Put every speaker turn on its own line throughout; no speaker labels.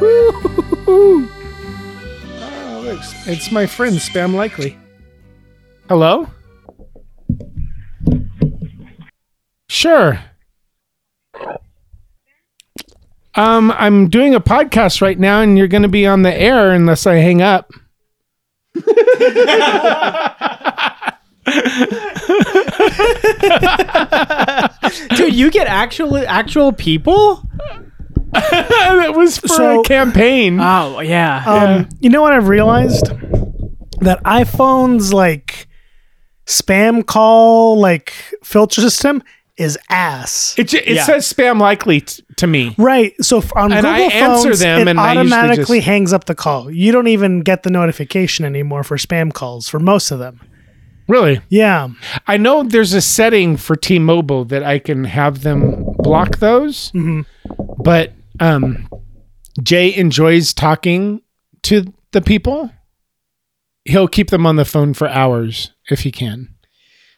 Woohoo!
Oh, thanks.
It's my friend Spam Likely. Hello? Sure. Um, I'm doing a podcast right now and you're gonna be on the air unless I hang up.
Dude, you get actual actual people?
that was for
So-
a campaign.
Oh yeah.
Um, you know what I've realized? That iPhone's like spam call like filter system is ass.
it ju- it
yeah.
says spam likely t- to me.
right. So f- on
And
Google
I answer
phones,
them
it
and I usually
automatically
just-
hangs up the call. You don't even get the notification anymore for spam calls for most of them.
Really?
Yeah.
I know there's a setting for T-Mobile that I can have them block those, but um, Jay enjoys talking to the people. He'll keep them on the phone for hours if he can.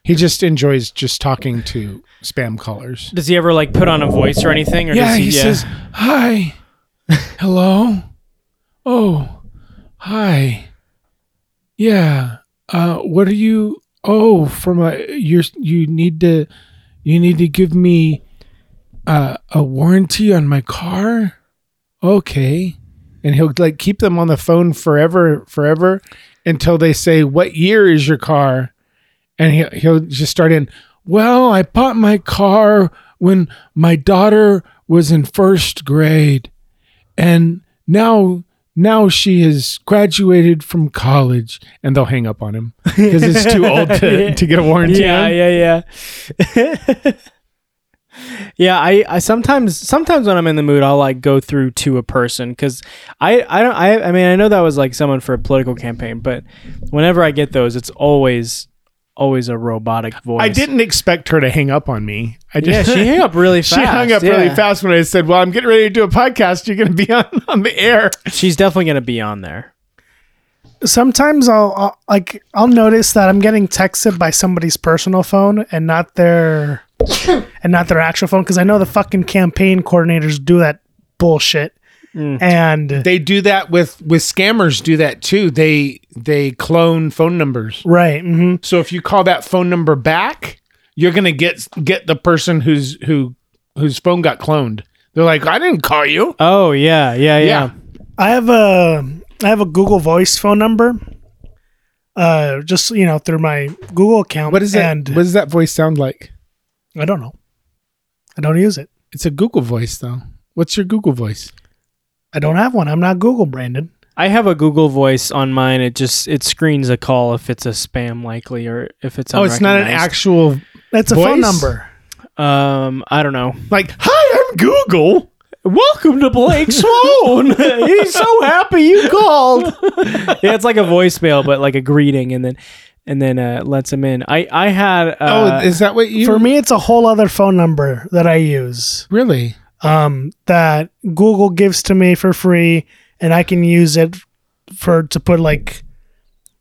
He just enjoys just talking to spam callers.
does he ever like put on a voice or anything? Or does
Yeah, he says, "Hi, hello, oh, hi, yeah. Uh, what are you? Oh, from a you you need to you need to give me uh, a warranty on my car. Okay, and he'll like keep them on the phone forever, forever, until they say, "What year is your car?" and he, he'll just start in well i bought my car when my daughter was in first grade and now now she has graduated from college and they'll hang up on him because it's too old to, to get a warranty
Yeah,
on.
yeah, yeah. yeah, I, I sometimes sometimes when I'm in the mood, I'll like go through to a person because I I don't I I mean I know that was like someone for a political campaign, but whenever I get those, it's always always a robotic voice.
i didn't expect her to hang up on me i
Yeah,
just
she hung up really fast.
she hung up really
yeah.
fast when i said well i'm getting ready to do a podcast you're going to be on, on the air
She's definitely gonna be on there.
Sometimes I'll, I'll like I'll notice that I'm getting texted by somebody's personal phone and not their and not their actual phone because I know the fucking campaign coordinators do that bullshit.
Mm.
And
they do that with with scammers do that too they they clone phone numbers
right, hmm
So if you call that phone number back, you're gonna get get the person who's who whose phone got cloned. They're like, I didn't call you.
Oh yeah, yeah, yeah.
Yeah.
I have a I have a Google Voice phone number. Uh, just you know through my Google account.
What is that?
And
what does that voice sound like?
I don't know. I don't use it.
It's a Google voice though. What's your Google voice?
I don't have one. I'm not Google Brandon.
I have a Google Voice on mine. It just it screens a call if it's a spam likely or if it's
Oh, it's not an
unrecognized.
actual
It's a
Voice?
phone number.
Um, I don't know.
like, hi, I'm Google.
Welcome to Blake Sloan. He's so happy you called. yeah, it's like a voicemail, but like a greeting, and then and then uh, lets him in. I I had uh,
oh, is that what you
For me, it's a whole other phone number that I use.
really?
Um, that Google gives to me for free, and I can use it for to put like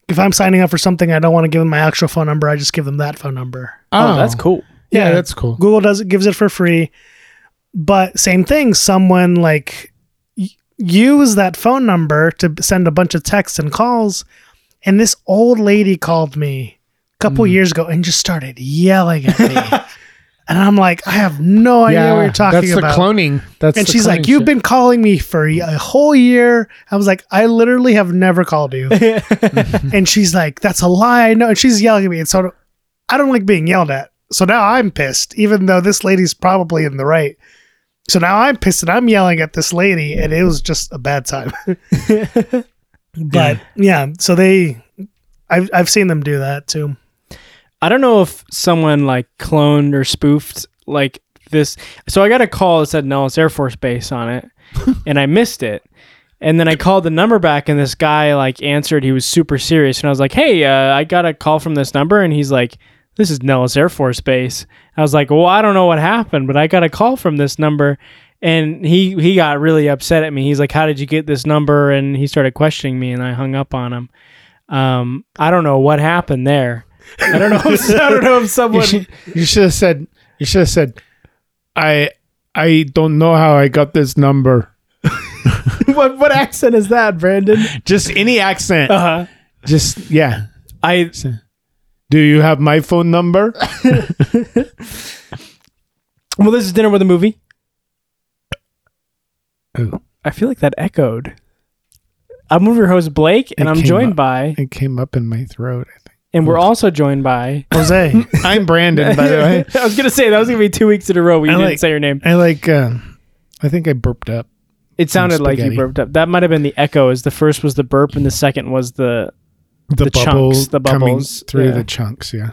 if I'm signing up for something, I don't want to give them my actual phone number. I just give them that phone number.
oh, that's cool.
Yeah, that's cool.
Google does it gives it for free. But same thing, someone like y- used that phone number to b- send a bunch of texts and calls and this old lady called me a
Mm.
couple years ago and just started yelling at me. and I'm like, I have no idea what you're talking
that's
about.
the cloning. That's
and
the
she's
cloning
like, "You've
shit.
been calling me for y- a whole year." I was like, "I literally have never called you." and she's like, "That's a lie." I know. And she's yelling at me. And so I don't like being yelled at. So now I'm pissed, even though this lady's probably in the right. So now I'm pissed and I'm yelling at this lady, and it was just a bad time. but yeah, so they, I've I've seen them do that too.
I don't know if someone like cloned or spoofed like this. So I got a call that said Nellis Air Force Base on it, and I missed it. And then I called the number back, and this guy like answered. He was super serious, and I was like, "Hey, uh, I got a call from this number," and he's like, "This is Nellis Air Force Base." I was like, "Well, I don't know what happened, but I got a call from this number." And he he got really upset at me. He's like, "How did you get this number?" And he started questioning me, and I hung up on him. Um, I don't know what happened there. I don't know. If, I don't know if someone.
You should, you should have said. You should have said. I I don't know how I got this number.
what what accent is that, Brandon?
Just any accent.
Uh-huh.
Just yeah.
I
Do you have my phone number?
well, this is dinner with a movie.
Oh.
I feel like that echoed. I'm your host Blake, and
It
I'm
came
joined
up.
by,
It came up in my throat. I think.
and we're also joined by.
Jose.
I'm Brandon, by the way.
I was gonna say that was gonna be two weeks in a row. We
I
didn't
like-
say your name.
I like. Um, I think I burped up.
It sounded like you
spaghetti.
burped up. That might have been the echo. Is the first was the burp, and the second was the
The,
The
bubbles,
chunks, the
coming
bubbles,
through
yeah.
the chunks. Yeah.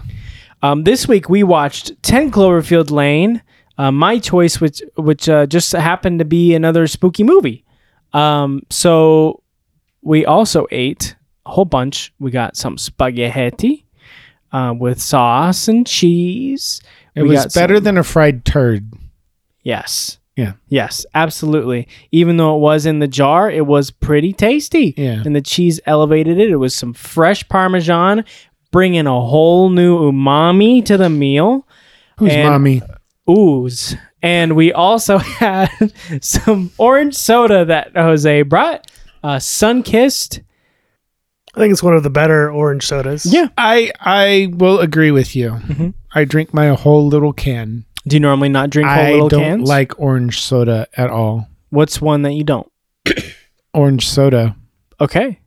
Um, this week we watched Ten Cloverfield Lane, uh, my choice, which which uh, just happened to be another spooky movie. Um, so we also ate a whole bunch. We got some spaghetti uh, with sauce and cheese.
It
We
was
got some-
better than a fried turd.
Yes.
Yeah.
Yes, absolutely. Even though it was in the jar, it was pretty tasty.
Yeah.
And the cheese elevated it. It was some fresh Parmesan, bringing a whole new umami to the meal.
Who's
And-
mommy?
ooze. And we also had some orange soda that Jose brought, uh, sun kissed.
I think it's one of the better orange sodas.
Yeah.
I I will agree with you.
Mhm.
I drink my whole little can.
Do you normally not drink whole
I
little
don't
cans?
like orange soda at all.
What's one that you don't?
Orange soda.
Okay.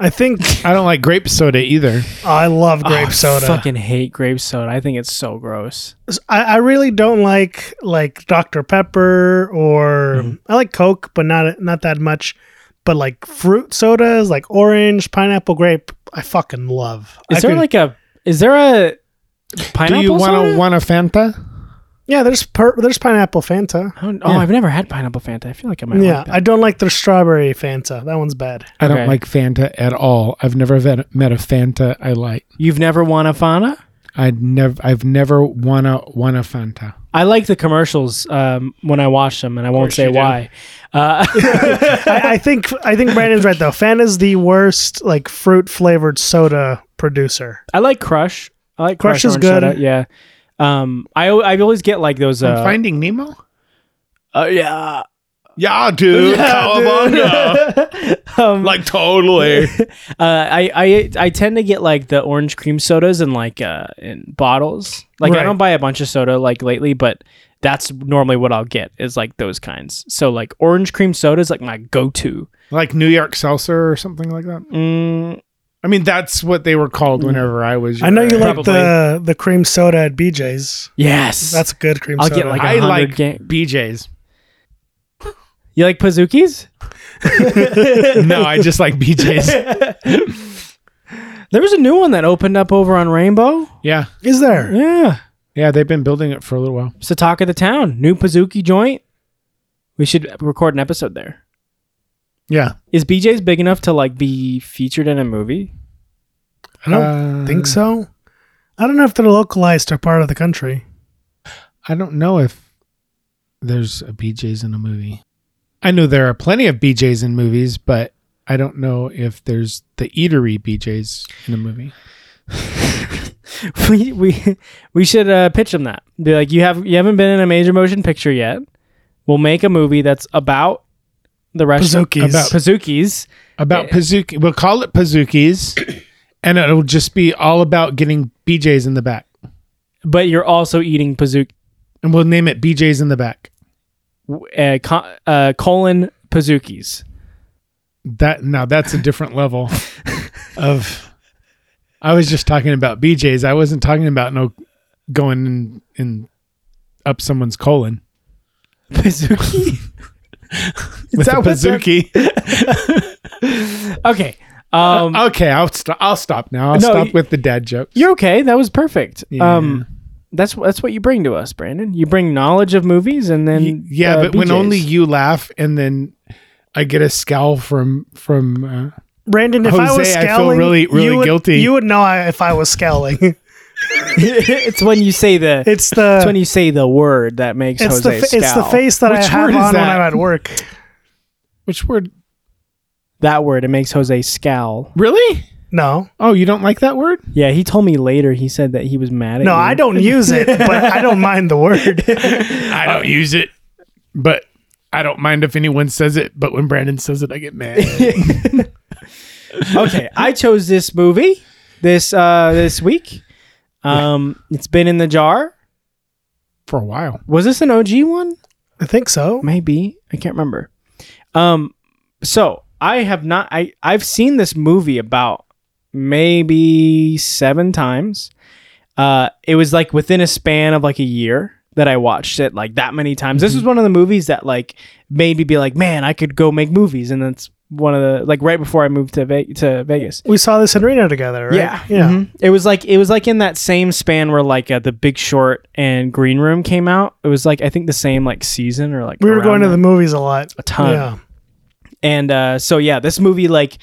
I think
I don't like grape soda either.
I love grape
Oh,
soda.
I fucking hate grape soda. I think it's so gross.
I, I really don't like like Dr Pepper or
Mm-hmm.
I like Coke, but not not that much. But like fruit sodas, like orange, pineapple, grape, I fucking love.
Is
I
there
could-
like a is there a pineapple
Do you want
soda?
to want a Fanta?
yeah? There's per- there's pineapple Fanta.
I don't- oh,
Yeah.
I've never had pineapple Fanta. I feel like I might.
Yeah,
like that.
I don't like their strawberry Fanta. That one's bad.
I don't
Okay.
like Fanta at all. I've never vet- met a Fanta I like.
You've never won a Fanta?
I'd never. I've never wanna want a Fanta.
I like the commercials um, when I watch them, and I won't
course
say
you do.
why. Uh,
I, I think I think Brandon's right though. Fanta's the worst like fruit flavored soda producer.
I like Crush. I like Crush,
Crush is
orange
good.
soda, Yeah. Um, I al- I always get like those. Uh,
Finding Nemo.
uh, yeah.
Yeah, dude.
um,
like totally.
uh, I I I tend to get like the orange cream sodas in like uh in bottles. Like I
Right.
don't buy a bunch of soda like lately, but that's normally what I'll get is like those kinds. So like orange cream soda is like my go-to.
like New York Seltzer or something like that.
Mm,
I mean, that's what they were called whenever I was.
I know you like
Probably.
the the cream soda at BJ's.
yes,
That's a good cream
I'll
soda.
get like
I
a hundred.
like
Ga-
BJ's.
you like Pazookies?
no, I just like BJ's.
There was a new one that opened up over on Rainbow.
Yeah,
Is there?
Yeah.
yeah. They've been building it for a little while.
It's the talk of the town. New Pazuki joint. We should record an episode there.
Yeah,
Is BJ's big enough to like be featured in a movie?
I don't
Uh,
think so. I don't know if they're localized to a part of the country.
I don't know if there's a BJ's in a movie. I know there are plenty of BJ's in movies, but I don't know if there's the eatery BJ's in a movie.
we we we should uh, pitch them that. Be like, you have you haven't been in a major motion picture yet. We'll make a movie that's about the restaurant
Pazookies.
about Pazuki's.
About Pazuki, we'll call it Pazuki's, and it'll just be all about getting BJ's in the back,
but you're also eating Pazuki
and we'll name it BJ's in the back.
uh, co- uh, colon Pazuki's.
That now that's a different level of. I was just talking about BJ's. I wasn't talking about no going in, in up someone's colon.
Pazuki. Is
with a
that what that-
Pazuki.
Okay. Um,
okay, I'll stop. I'll stop now. I'll
No,
stop
you-
with the dad jokes.
You're okay. That was perfect.
Yeah.
Um, that's that's what you bring to us, Brandon. You bring knowledge of movies, and then
Y- yeah,
uh,
but when
BJ's.
only you laugh, and then I get a scowl from from. Uh,
Brandon, if I was
Jose, I feel
scowling,
really- really
you would,
guilty.
You would know I, if I was scowling.
it's when you say the it's,
It's the
when you say the word that makes
it's the
Jose
fa- it's the
scowl.
face that I
Which
have
word
on
is
when
that?
I'm at work.
which word?
That word it makes Jose scowl.
Really?
No,
Oh, you don't like that word?
Yeah, he told me later. He said that he was mad at
no,
you.
I don't use it, but I don't mind the word.
I don't use it, but I don't mind if anyone says it, but when Brandon says it, I get mad.
okay, I chose this movie this uh this week. Um, it's been in the jar.
For a while.
Was this an OG one?
I think so.
Maybe I can't remember. Um, so I have not. I I've seen this movie about maybe seven times. Uh, it was like within a span of like a year that I watched it like that many times. This was
Mm-hmm.
one of the movies that like made me be like, man, I could go make movies, and that's one of the like right before I moved to Ve- to Vegas.
We saw this in Reno together, right?
Yeah,
Yeah.
mhm. It was like it was like in that same span where like uh, the Big Short and Green Room came out. It was like I think the same like season or like
We were
around
going to
that.
the movies a lot.
a ton.
Yeah.
And uh, so yeah, this movie like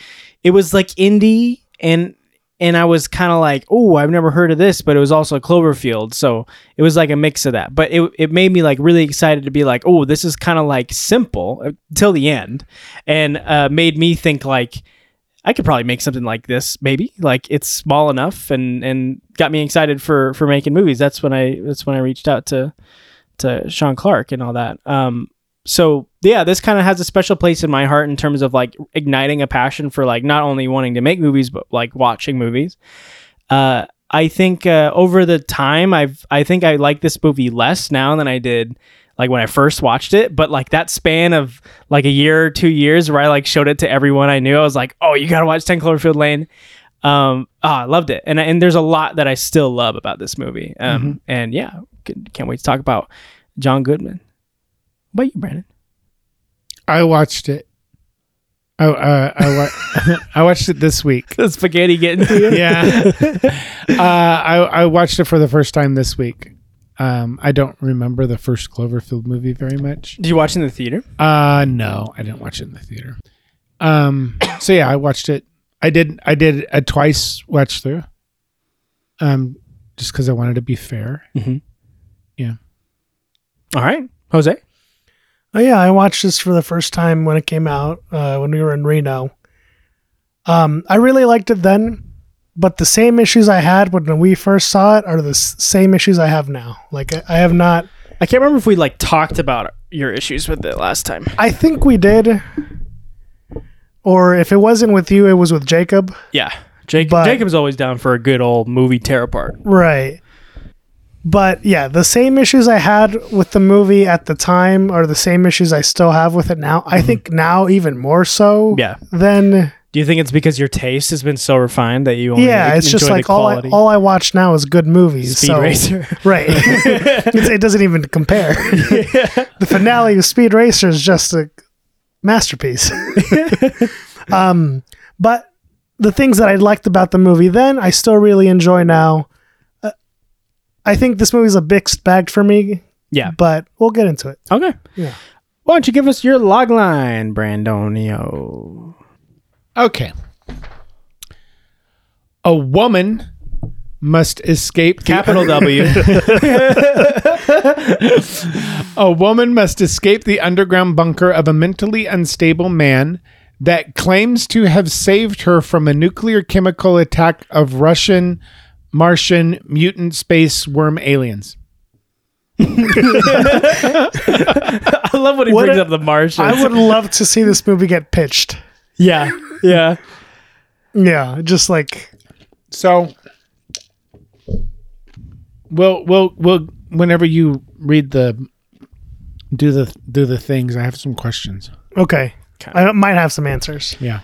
it was like indie and and I was kind of like, oh, I've never heard of this, but it was also Cloverfield, so it was like a mix of that. But it it made me like really excited to be like, oh, this is kind of like simple uh, till the end, and uh, made me think like. I could probably make something like this, maybe. Like it's small enough, and and got me excited for for making movies. That's when I that's when I reached out to to Sean Clark and all that. Um, so yeah, this kind of has a special place in my heart in terms of like igniting a passion for like not only wanting to make movies but like watching movies. Uh, I think uh, over the time I've I think I like this movie less now than I did like when I first watched it, but like that span of like a year or two years where I like showed it to everyone I knew, I was like, oh, you gotta watch Ten Cloverfield Lane. Um, ah, I loved it, and and there's a lot that I still love about this movie. Um, and yeah, c- can't wait to talk about John Goodman. What about you, Brandon?
I watched it. I uh, I, wa- I watched it this week.
the spaghetti getting to you.
Yeah. uh, I I watched it for the first time this week. Um, I don't remember the first Cloverfield movie very much.
Did you watch in the theater?
Uh no, I didn't watch it in the theater. Um so yeah, I watched it. I did I did a twice watch through. Um just cuz I wanted to be fair.
All right, Jose.
Oh yeah, I watched this for the first time when it came out uh, when we were in Reno. Um, I really liked it then, but the same issues I had when we first saw it are the s- same issues I have now. Like I, I have not.
I can't remember if we like talked about your issues with it last time.
I think we did, or if it wasn't with you, it was with Jacob.
Yeah, Jacob.
But-
Jacob's always down for a good old movie tear apart.
Right. But yeah, the same issues I had with the movie at the time are the same issues I still have with it now. I think now even more so
Yeah.
than
Do you think it's because your taste has been so refined that you only
yeah, it's just
enjoy the
like all I,
quality?
all I watch now is good movies.
Speed
so,
Racer.
right? It's- it doesn't even compare. the finale of Speed Racer is just a masterpiece. um, but the things that I liked about the movie then, I still really enjoy now. Uh, I think this movie's a mixed bag for me,
yeah.
but we'll get into it.
Okay.
Yeah.
Why don't you give us your log line, Brandonio?
Okay. A woman must escape the-
Capital W.
A woman must escape the underground bunker of a mentally unstable man that claims to have saved her from a nuclear chemical attack of Russian, Martian, mutant space worm aliens.
I love when he
What
brings
a-
up the Martians.
I would love to see this movie get pitched.
yeah. Yeah.
Yeah, just like
So we'll we'll we'll whenever you read the do the do the things, I have some questions.
okay,
Okay.
I might have some answers.
Yeah.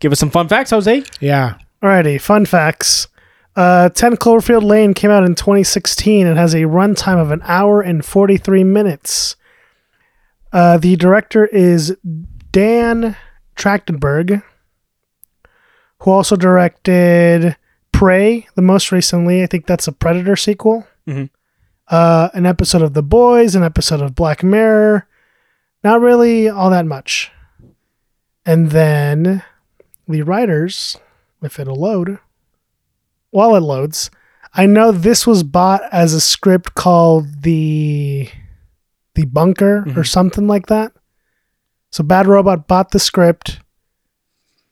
Give us some fun facts, Jose.
Yeah.
Alrighty, fun facts. Uh, 10 Cloverfield Lane came out in 2016 and has a runtime of an hour and 43 minutes. Uh, the director is Dan Trachtenberg, who also directed Prey, the most recently. I think that's a Predator sequel.
Mhm.
Uh, an episode of The Boys, an episode of Black Mirror. Not really all that much. And then the writers if it'll load. While it loads, I know this was bought as a script called the the bunker or something like that. So Bad Robot bought the script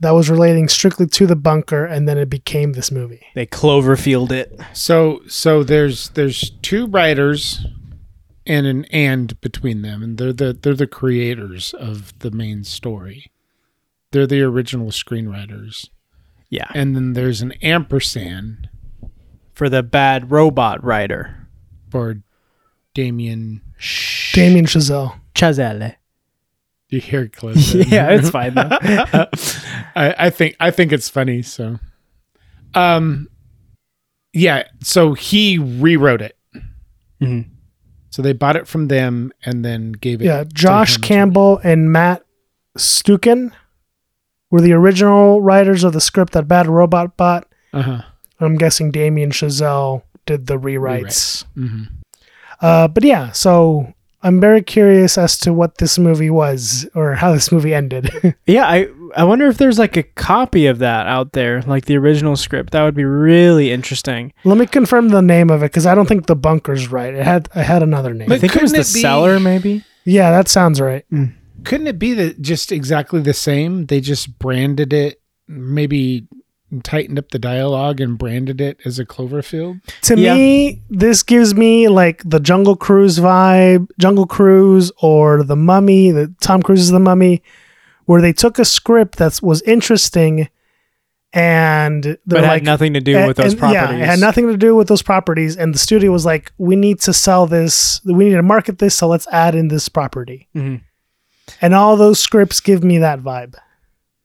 that was relating strictly to the bunker, and then it became this movie.
They Cloverfield it.
So so there's there's two writers and an and between them, and they're the they're the creators of the main story. They're the original screenwriters,
Yeah.
and then there's an ampersand
For the bad robot writer.
for Damien.
Damien Chazelle.
Chazelle.
You hear clip.
Yeah, it's fine though.
I, I think I think it's funny. So, um, yeah. So he rewrote it.
Mhm.
So they bought it from them and then gave it.
Yeah,
to
Josh
him.
Campbell and Matt Stukin were the original writers of the script that Bad Robot bought.
Uh-huh.
I'm guessing Damien Chazelle did the rewrites.
hmm
Uh, but yeah, so I'm very curious as to what this movie was or how this movie ended.
Yeah, I I wonder if there's like a copy of that out there, like the original script. That would be really interesting.
Let me confirm the name of it because I don't think the bunker's right. It had I had another name.
I
But
think it was the
couldn't it be-
seller, maybe.
yeah, that sounds right.
Couldn't it be that just exactly the same? They just branded it, maybe tightened up the dialogue and branded it as a Cloverfield.
To
Yeah.
me, this gives me like the Jungle Cruise vibe, Jungle Cruise or the Mummy, the Tom Cruise's The Mummy, where they took a script that was interesting and they're
But it
like
had nothing to do
and-
with those
and- Yeah,
properties.
it had nothing to do with those properties, and the studio was like, "We need to sell this. We need to market this, so let's add in this property."
Mhm.
And all those scripts give me that vibe.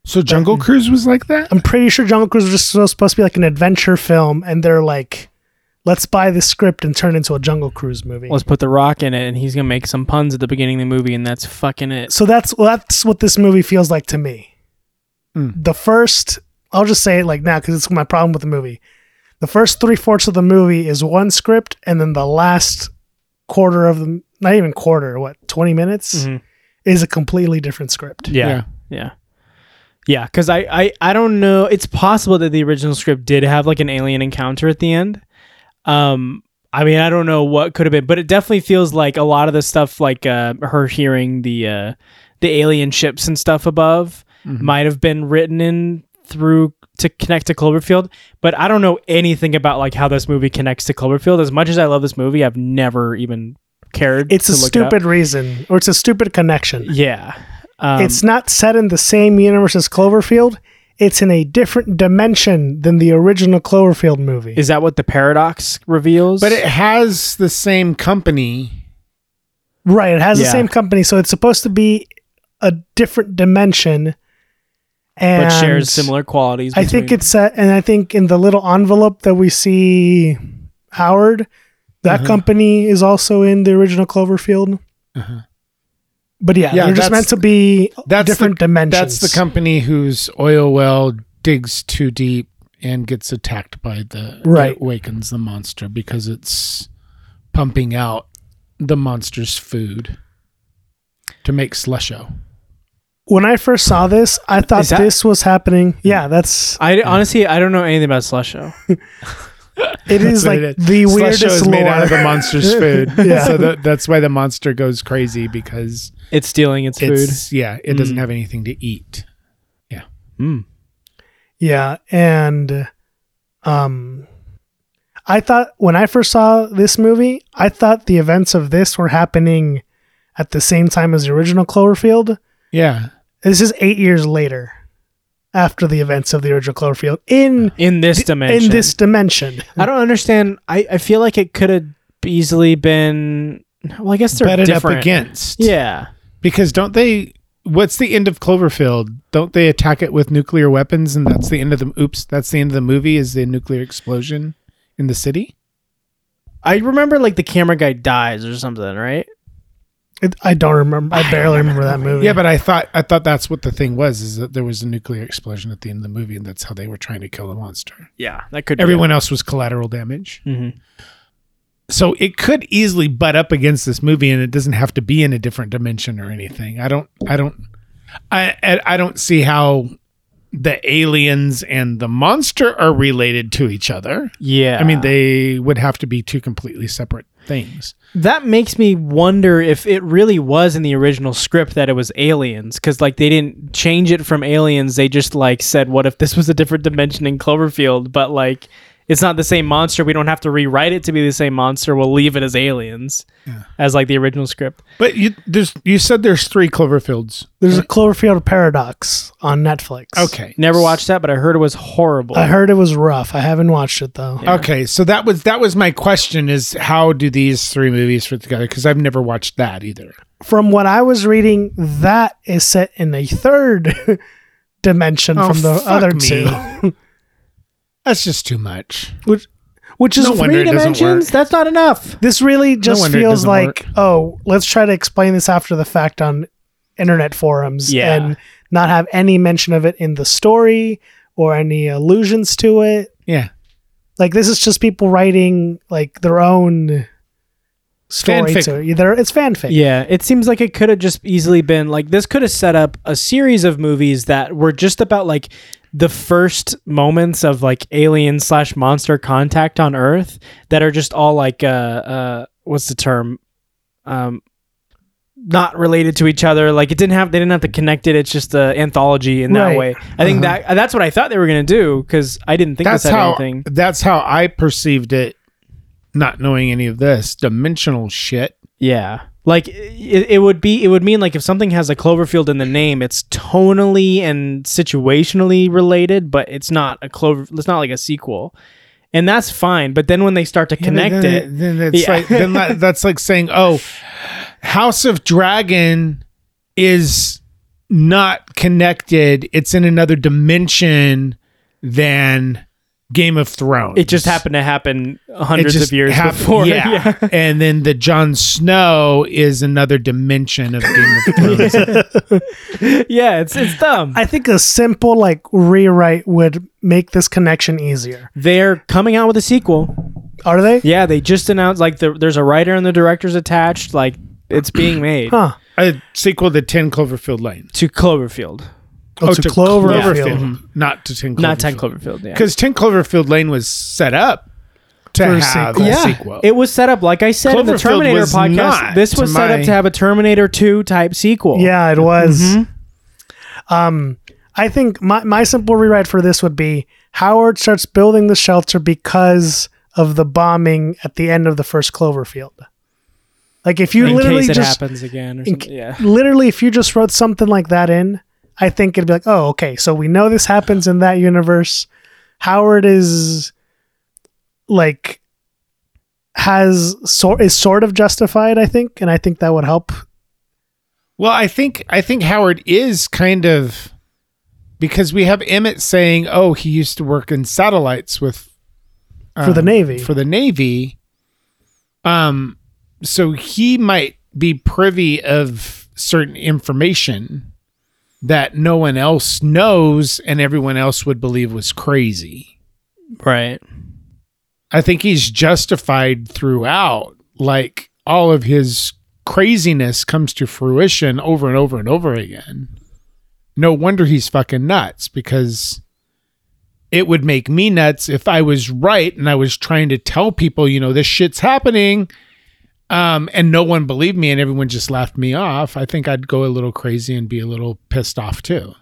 So Jungle Cruise was like that.
I'm pretty sure Jungle Cruise was just so- supposed to be like an adventure film, and they're like, "Let's buy this script and turn it into a Jungle Cruise movie."
Let's put the rock in it, and he's gonna make some puns at the beginning of the movie, and that's fucking it.
so that's well, that's what this movie feels like to me.
Hmm.
Mm.
The first, I'll just say it like now because it's my problem with the movie. The first three fourths of the movie is one script, and then the last quarter of the not even quarter, what twenty minutes
Mhm.
is a completely different script.
Yeah, yeah, yeah. Because I, I, I don't know. It's possible that the original script did have like an alien encounter at the end. Um, I mean, I don't know what could have been, but it definitely feels like a lot of the stuff, like uh, her hearing the uh, the alien ships and stuff above,
Mm-hmm.
might have been written in through to connect to Cloverfield. But I don't know anything about like how this movie connects to Cloverfield. As much as I love this movie, I've never even cared.
It's
to
a
look it up.
stupid reason, or it's a stupid connection.
Yeah. Um,
it's not set in the same universe as Cloverfield. It's in a different dimension than the original Cloverfield movie.
Is that what the paradox reveals?
But it has the same company.
right. It has
Yeah.
the same company, so it's supposed to be a different dimension. And
but shares similar qualities.
I think
between-
it's set, and I think in the little envelope that we see Howard, that
Uh-huh.
company is also in the original Cloverfield.
Uh-huh.
But yeah,
Yeah,
they're just
that's-
meant to be
That's
different
the, That's
dimensions.
the company whose oil well digs too deep and gets attacked by the
Right.
It wakens the monster because it's pumping out the monster's food to make slusho.
when I first saw this, I thought
Is that-
this was happening. Yeah, that's
I honestly I don't know anything about Slusho.
it is like
That's what it is.
the
Slusho
weirdest
is made out of
lore.
the monster's food.
Yeah.
So that, that's why the monster goes crazy because
It's stealing its,
it's yeah, it doesn't
Mm.
have anything to eat.
food. Mm.
Yeah, and um I thought when I first saw this movie, I thought the events of this were happening at the same time as the original Cloverfield.
Yeah.
This is 8 years later after the events of the original Cloverfield in
In this dimension.
in this dimension.
I don't understand. I, I feel like it could have easily been. Well, I guess they're
Butted up
different.
against.
Yeah.
Because don't they? What's the end of Cloverfield? Don't they attack it with nuclear weapons, and that's the end of the? Oops, that's the end of the movie. Is the nuclear explosion in the city?
I remember like the camera guy dies or something, right?
It, I don't remember. I barely remember that movie.
Yeah, but I thought I thought that's what the thing was: is that there was a nuclear explosion at the end of the movie, and that's how they were trying to kill the monster.
Yeah, that could
Everyone else was collateral damage,
Be it. Mhm.
so it could easily butt up against this movie, and it doesn't have to be in a different dimension or anything. I don't, I don't, I, I, I don't see how the aliens and the monster are related to each other.
Yeah,
I mean, they would have to be two completely separate things.
That makes me wonder if it really was in the original script that it was aliens cuz like they didn't change it from aliens they just like said what if this was a different dimension in Cloverfield but like it's not the same monster. We don't have to rewrite it to be the same monster. We'll leave it as aliens, as like the original script.
But you there's you said there's three Cloverfields.
There's a Cloverfield Paradox on Netflix.
Okay.
Never watched that, but I heard it was horrible.
I heard it was rough. I haven't watched it though.
Okay, so that was that was my question: is how do these three movies fit together? Because I've never watched that either.
From what I was reading, that is set in a third dimension
Oh,
from the
fuck
other
me.
two,
That's just too much.
which which is
No wonder
three
it doesn't
dimensions.
work.
That's not enough.
This really just
wonder it
feels
doesn't
like
work.
oh, let's try to explain this after the fact on internet forums
Yeah.
and not have any mention of it in the story or any allusions to it.
Yeah,
Like this is just people writing like their own story
Fanfic.
to it. Either it's fanfic.
Yeah, it seems like it could have just easily been like this could have set up a series of movies that were just about like the first moments of like alien slash monster contact on Earth that are just all like uh uh what's the term um not related to each other like it didn't have they didn't have to connect it it's just a anthology in
Right.
that way i think that that's what i thought they were going to do because i didn't think
Uh-huh. that's
this had
how
anything
that's how I perceived it. Not knowing any of this dimensional shit.
Yeah. Like it, it would be it would mean like if something has a Cloverfield in the name, it's tonally and situationally related, but it's not a clover it's not like a sequel. And that's fine, but then when they start to connect
then,
it,
Then it's
Yeah.
like then that, that's like saying, oh, House of Dragon is not connected. It's in another dimension than Game of Thrones.
it just happened to happen
It
hundreds
just
of years
happened-
before.
Yeah. and then the Jon Snow is another dimension of Game of Thrones.
Yeah. yeah, it's it's dumb.
I think a simple like rewrite would make this connection easier.
They're coming out with a sequel.
Are they?
Yeah, they just announced like the, there's a writer and the director's attached, like it's being made
Huh.
a sequel to Ten Cloverfield Lane.
to Cloverfield.
Oh, it's a Mm-hmm. Cloverfield.
not to Ten. Cloverfield.
Not 10 Cloverfield, yeah.
because Ten Cloverfield Lane was set up to
For a
have
sequel.
a
Yeah.
sequel.
It was set up, like I said in the
Cloverfield
Terminator
was
podcast.
not,
this
to
was set
my-
up to have a Terminator 2 type sequel.
Yeah, it was.
Mm-hmm.
Um, I think my, my simple rewrite for this would be Howard starts building the shelter because of the bombing at the end of the first Cloverfield. Like if you
In
literally
case it
just
happens again or
in
something.
ca-
yeah.
literally if you just wrote something like that in, I think it'd be like, oh, okay, so we know this happens in that universe. Howard is like has sort is sort of justified, I think, and I think that would help.
Well, I think I think Howard is kind of because we have Emmett saying, "Oh, he used to work in satellites with um,
For the
Um,
Navy.
For the Navy, um, so he might be privy of certain information that no one else knows, and everyone else would believe was crazy.
Right.
I think he's justified throughout. Like all of his craziness comes to fruition over and over and over again. No wonder he's fucking nuts because it would make me nuts if I was right and I was trying to tell people, you know, this shit's happening. Um, and no one believed me and everyone just laughed me off. I think I'd go a little crazy and be a little pissed off too.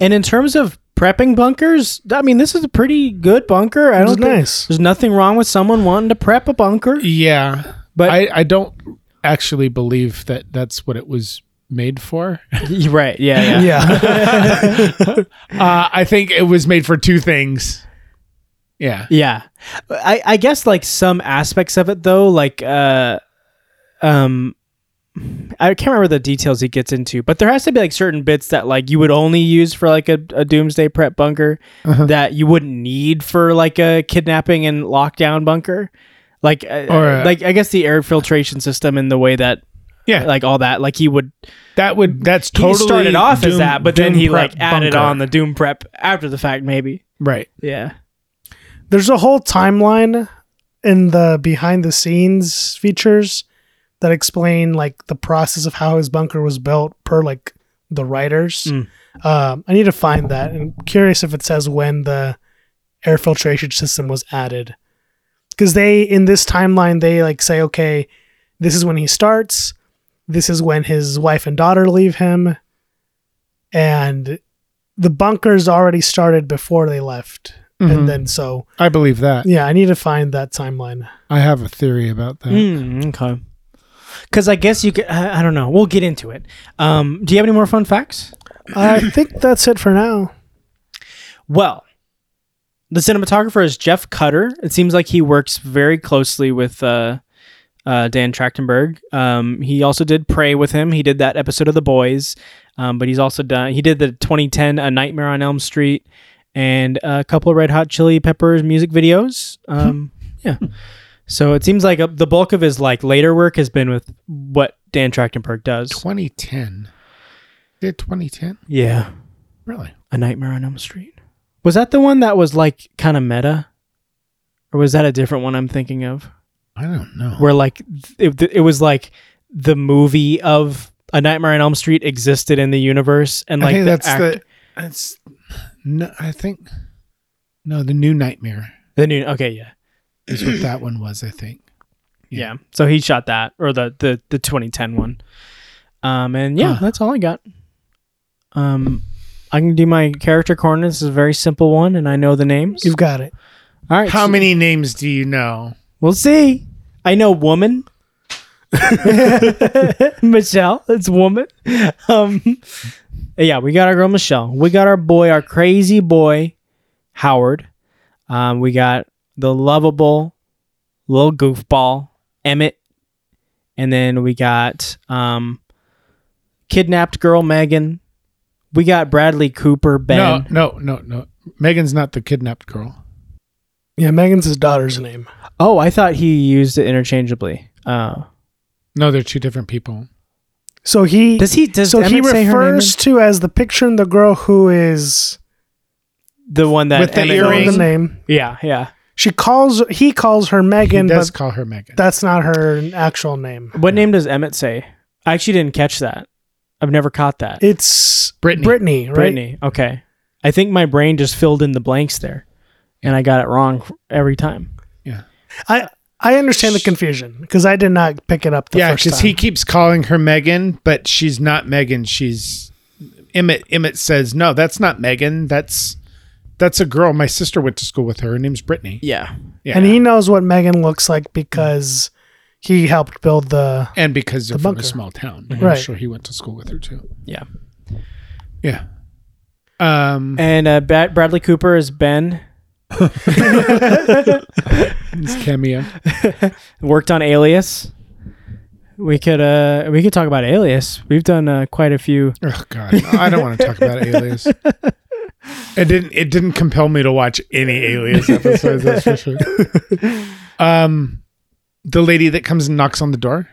And in terms of prepping bunkers, I mean, this is a pretty good bunker. I don't
was
think
nice.
there's nothing wrong with someone wanting to prep a bunker.
Yeah. But
But-
I, I don't actually believe that that's what it was made for.
right. Yeah. Yeah.
Yeah.
Uh, I think it was made for two things. Yeah.
Yeah. I, I guess like some aspects of it though, like uh um I can't remember the details he gets into, but there has to be like certain bits that like you would only use for like a, a doomsday prep bunker
Uh-huh.
that you wouldn't need for like a kidnapping and lockdown bunker. Like uh,
Or a-
like I guess the air filtration system and the way that
Yeah.
like all that like he would
That would that's
he
totally
started off as
doom-
that, but then
doom
he
prep
like added
bunker.
on the doom prep after the fact maybe.
right.
Yeah.
There's a whole timeline in the behind the scenes features that explain like the process of how his bunker was built per like the writers.
Mm.
Um, I need to find that. I'm curious if it says when the air filtration system was added. Because they in this timeline they like say, okay, this is when he starts, this is when his wife and daughter leave him, and the bunkers already started before they left.
Mhm.
and then so
I believe that.
yeah, I need to find that timeline.
I have a theory about that.
Mm, okay. Because I guess you could. I, I don't know. We'll get into it. Um, do you have any more fun facts?
I think that's it for now.
Well, the cinematographer is Jeff Cutter. It seems like he works very closely with uh, uh, Dan Trachtenberg. Um, he also did Prey with him. He did that episode of The Boys, um, but he's also done. He did the 2010 A Nightmare on Elm Street and a couple of Red Hot Chili Peppers music videos. Um, yeah. So it seems like uh the bulk of his like later work has been with what Dan Trachtenberg does.
2010. Did 2010?
Yeah,
Really?
A Nightmare on Elm Street. Was that the one that was like kind of meta? Or was that a different one I'm thinking of?
I don't know.
Where like th- it, it was like the movie of A Nightmare on Elm Street existed in the universe and like
I think
the
that's
act-
the. That's. No, I think. No, the new nightmare
the new okay, yeah.
is what that one was. I think.
yeah.
Yeah.
So he shot that or the the the 2010 one. Um and yeah,
Huh.
that's all I got. Um I can do my character corner. This is a very simple one and I know the names.
You've got it.
all right.
How
so-
many names do you know?
We'll see. I know woman. Michelle, it's woman. Um, yeah, we got our girl Michelle. We got our boy, our crazy boy, Howard. Um, we got the lovable little goofball, Emmett. And then we got um, kidnapped girl, Megan. We got Bradley Cooper, Ben.
No, no, no, no. Megan's not the kidnapped girl.
Yeah, Megan's his daughter's name.
Oh, I thought he used it interchangeably. Uh,
No, they're two different people.
So he
does he? Does
so he
Emmett say her name
refers to as the picture in the girl who is
The one that
With the
Emmett
fill in
earring.
goes-
the name.
Yeah, yeah.
She calls he calls her Megan,
he does
but
call her Megan.
that's not her actual name.
What name does Emmett say? I actually didn't catch that. I've never caught that.
It's
Brittany.
Brittany, right?
Brittany. Okay. I think my brain just filled in the blanks there, and I got it wrong f- every time.
I I understand the confusion because I did not pick it up the
yeah,
first
because
time.
he keeps calling her Megan, but she's not Megan. She's Emmett. Emmett says, "No, that's not Megan. That's that's a girl. My sister went to school with her. Her name's Brittany."
Yeah.
Yeah,
and he knows what Megan looks like because he helped build the
and because they're
The
from a
bunker.
small town, I'm
Right.
sure he went to school with her too.
Yeah.
Yeah. Um,
And uh, Ba- Bradley Cooper is Ben.
it's cameo.
Worked on Alias. We could uh we could talk about Alias. We've done uh, quite a few.
Oh God, I don't want to talk about Alias. It didn't. It didn't compel me to watch any Alias episodes. That's for sure. Um, the lady that comes and knocks on the door.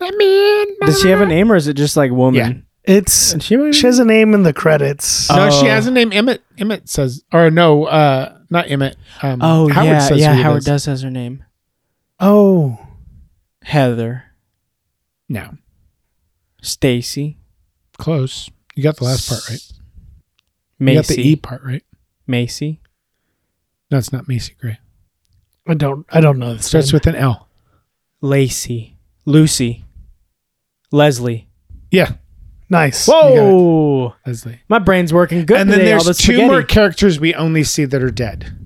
Does she have a name or is it just like woman?
it's
And she,
she has a name in the credits.
Oh.
No, she has a name. Emmett. Emmett says, or no, uh, not Emmett. Um,
oh yeah yeah
who it
Howard
is.
does has her name
oh.
Heather
No,
Stacy
close. You got the last part right. You got
Macy
the E part right.
Macy.
No, it's not Macy Gray.
I don't I don't know.
It
This
starts
name.
with an L.
Lacey, Lucy, Leslie.
Yeah,
nice.
Whoa,
Leslie.
my brain's working good.
and then
today,
there's
all the
two
spaghetti.
more characters we only see that are dead.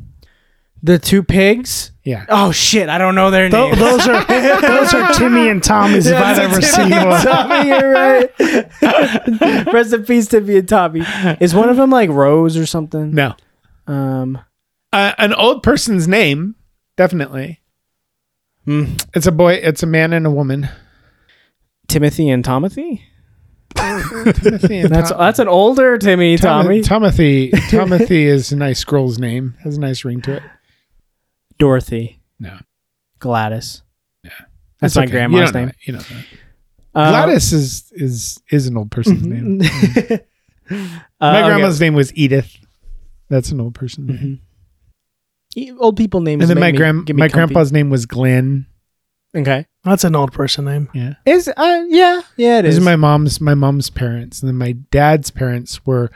The two pigs.
Yeah.
Oh shit, I don't know their
Tho-
names.
those are those are Timmy and Tommy's if I've ever seen one.
Tommy, you're right. Rest in peace, Tippy and Tommy. Is one of them like Rose or something?
No.
Um,
uh, an old person's name, definitely.
hmm,
It's a boy. It's a man and a woman.
Timothy and Tomothy.
Timothy and
That's
Tom-
that's an older Timmy
Tom-
Tommy.
Tomothy. Tomothy is a nice girl's name. Has a nice ring to it.
Dorothy.
No.
Gladys.
Yeah.
That's,
It's
my
okay. you
grandma's
don't know
name.
that. You know that.
Uh, Mm-hmm.
Gladys is is is an old person's name.
uh,
My
okay.
grandma's name was Edith. That's an old person's name.
E- Old people names.
And then
make
my
me-
grand
get me
my
comfy.
grandpa's name was Glenn.
Okay.
That's an old person name.
Yeah.
Is uh yeah yeah it
These
is.
are my mom's my mom's parents, and then my dad's parents were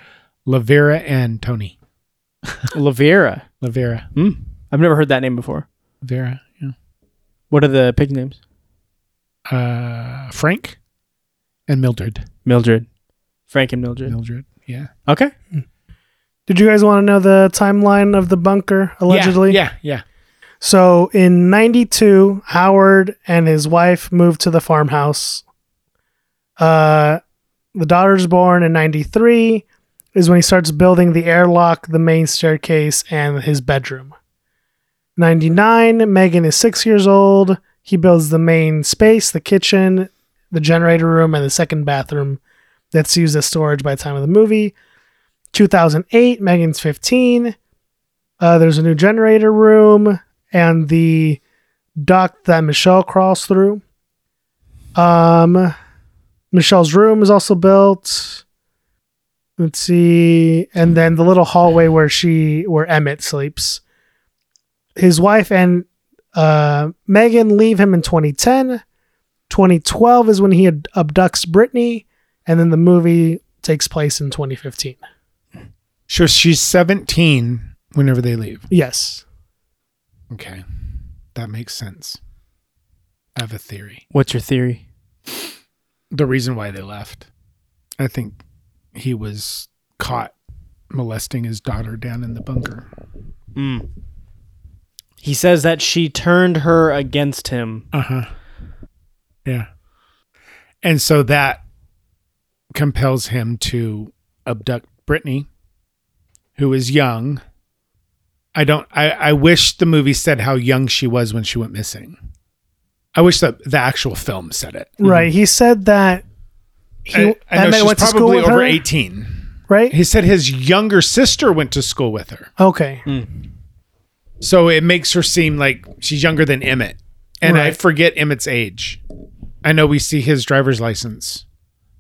Lavera and Tony.
Lavera.
Lavera,
Hmm. I've never heard that name before.
Lavera, yeah.
What are the pig names?
Uh, Frank, and Mildred.
Mildred, Frank, and Mildred.
Mildred. Yeah.
Okay.
Did you guys want to know the timeline of the bunker allegedly?
Yeah, yeah.
So in 92, Howard and his wife moved to the farmhouse. Uh, the daughter's born in 93 is when he starts building the airlock, the main staircase, and his bedroom. 99, Megan is six years old. He builds the main space, the kitchen, the generator room, and the second bathroom that's used as storage by the time of the movie. 2008, Megan's 15. Uh, there's a new generator room and the dock that Michelle crawls through. Um, Michelle's room is also built. Let's see, and then the little hallway where she where Emmett sleeps. His wife and uh, Megan leave him in 2010. 2012 is when he ad- abducts Brittany, and then the movie takes place in 2015.
Sure, she's 17 whenever they leave.
Yes.
Okay. That makes sense. I have a theory.
What's your theory?
The reason why they left. I think he was caught molesting his daughter down in the bunker.
Hmm. He says that she turned her against him.
Uh
Uh-huh.
huh. Yeah. And so that compels him to abduct Brittany, who is young. I don't, I, I wish the movie said how young she was when she went missing. I wish that the actual film said it.
Right. He said that he
Mm-hmm. I, I know
Emmett
she's
went to school
probably
with
over
her,
18.
right?
He said his younger sister went to school with her.
okay.
Hmm.
So it makes her seem like she's younger than Emmett. And I
Right.
forget Emmett's age. I know we see his driver's license,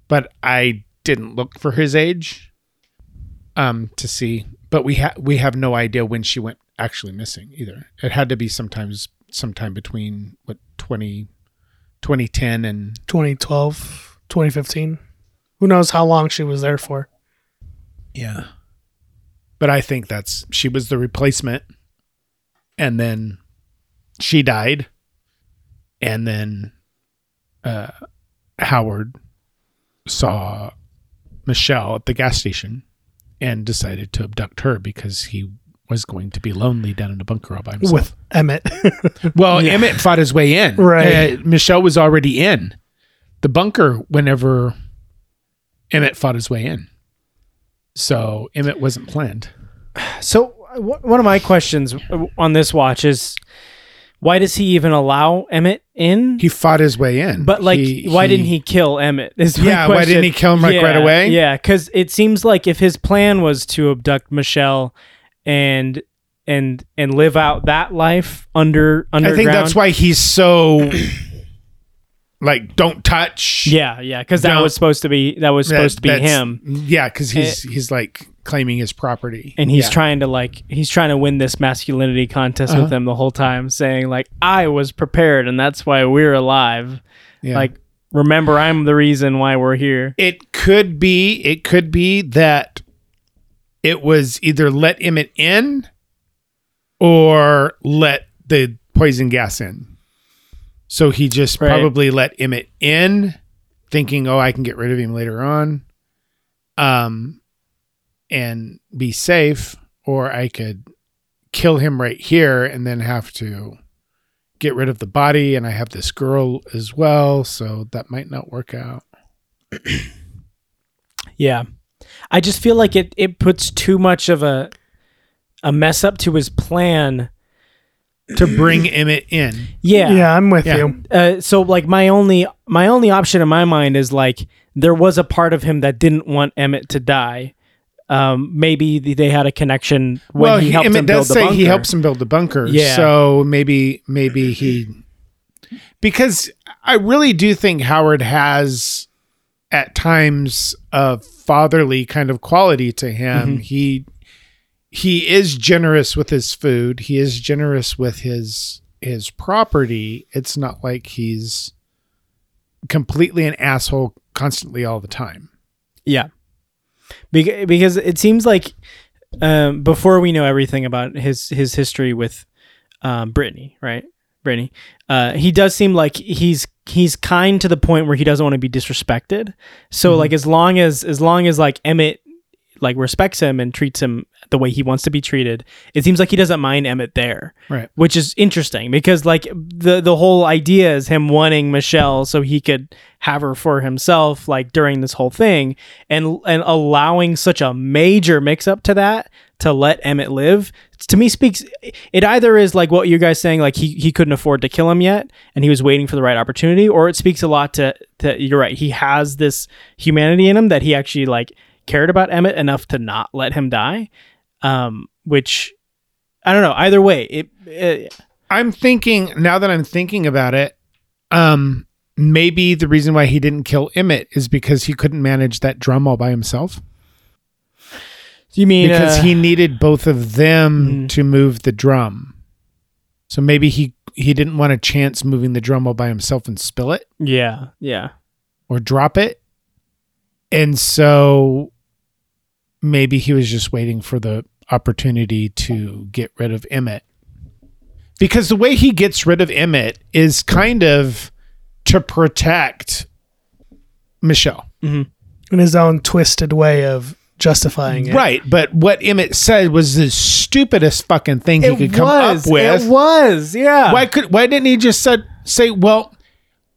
but I didn't look for his age um to see. But we ha- we have no idea when she went actually missing either. It had to be sometimes sometime between what 20 2010 and
2012, 2015. Who knows how long she was there for?
Yeah. But I think that's she was the replacement. And then she died. And then uh, Howard saw Michelle at the gas station and decided to abduct her because he was going to be lonely down in a bunker all by himself.
With Emmett.
Well, Emmett fought his way in.
Right.
Uh, Michelle was already in the bunker whenever Emmett fought his way in. So Emmett wasn't planned.
So uh, wh- one of my questions uh, on this watch is why does he even allow Emmett in?
He fought his way in.
But like, why didn't he kill Emmett? Is my
Yeah, why
question.
didn't he kill him, like,
Yeah,
right away?
Yeah, because it seems like if his plan was to abduct Michelle and and and live out that life under
I
underground.
think that's why he's so like don't touch.
Yeah, yeah, because that
Don't-
was supposed to be that was
That-
supposed to be
that's-
him, Eh.
Yeah, because he's he's like claiming his property.
and he's
Yeah.
trying to like he's trying to win this masculinity contest with
Uh-huh.
them the whole time, saying like I was prepared and that's why we're alive.
Yeah.
Like remember, I'm the reason why we're here.
It could be. It could be that it was either let Emmett in or let the poison gas in. So he just
Right.
probably let Emmett in, thinking, "Oh, I can get rid of him later on, um, and be safe." Or I could kill him right here and then have to get rid of the body. And I have this girl as well, so that might not work out.
Yeah. I just feel like it it puts too much of a a mess up to his plan.
to bring Emmett in.
Yeah.
yeah. I'm with
Yeah.
you.
Uh, so like my only my only option in my mind is like there was a part of him that didn't want Emmett to die. Um, maybe th- they had a connection when
well,
he
he
helped him
Emmett
build
does
the
say
bunker.
he helps him build the bunker.
Yeah.
So maybe maybe he because I really do think Howard has at times a fatherly kind of quality to
Mm-hmm.
him. He he is generous with his food. He is generous with his his property. It's not like he's completely an asshole constantly all the time.
Yeah. Bec- because it seems like um, before we know everything about his his history with um, Brittany, right? Brittany, uh, he does seem like he's he's kind to the point where he doesn't want to be disrespected. So like as long as as long as like Emmett like respects him and treats him the way he wants to be treated. It seems like he doesn't mind Emmett there,
Right.
Which is interesting because like the the whole idea is him wanting Michelle so he could have her for himself, like during this whole thing, and and allowing such a major mix up to that to let Emmett live to me speaks it either is like what you guys saying like he, he couldn't afford to kill him yet and he was waiting for the right opportunity or it speaks a lot to, to you're right he has this humanity in him that he actually like cared about Emmett enough to not let him die um which I don't know either way it, it
I'm thinking now that I'm thinking about it, um, maybe the reason why he didn't kill Emmett is because he couldn't manage that drum all by himself.
you mean
Because
uh,
he needed both of them
Mm.
to move the drum. So maybe he he didn't want to chance moving the drum all by himself and spill it
yeah yeah
or drop it. And so maybe he was just waiting for the opportunity to get rid of Emmett. Because the way he gets rid of Emmett is kind of to protect Michelle.
in his own twisted way of justifying it.
Right. But what Emmett said was the stupidest fucking thing he could come up with.
it was yeah
why could why didn't he just said say well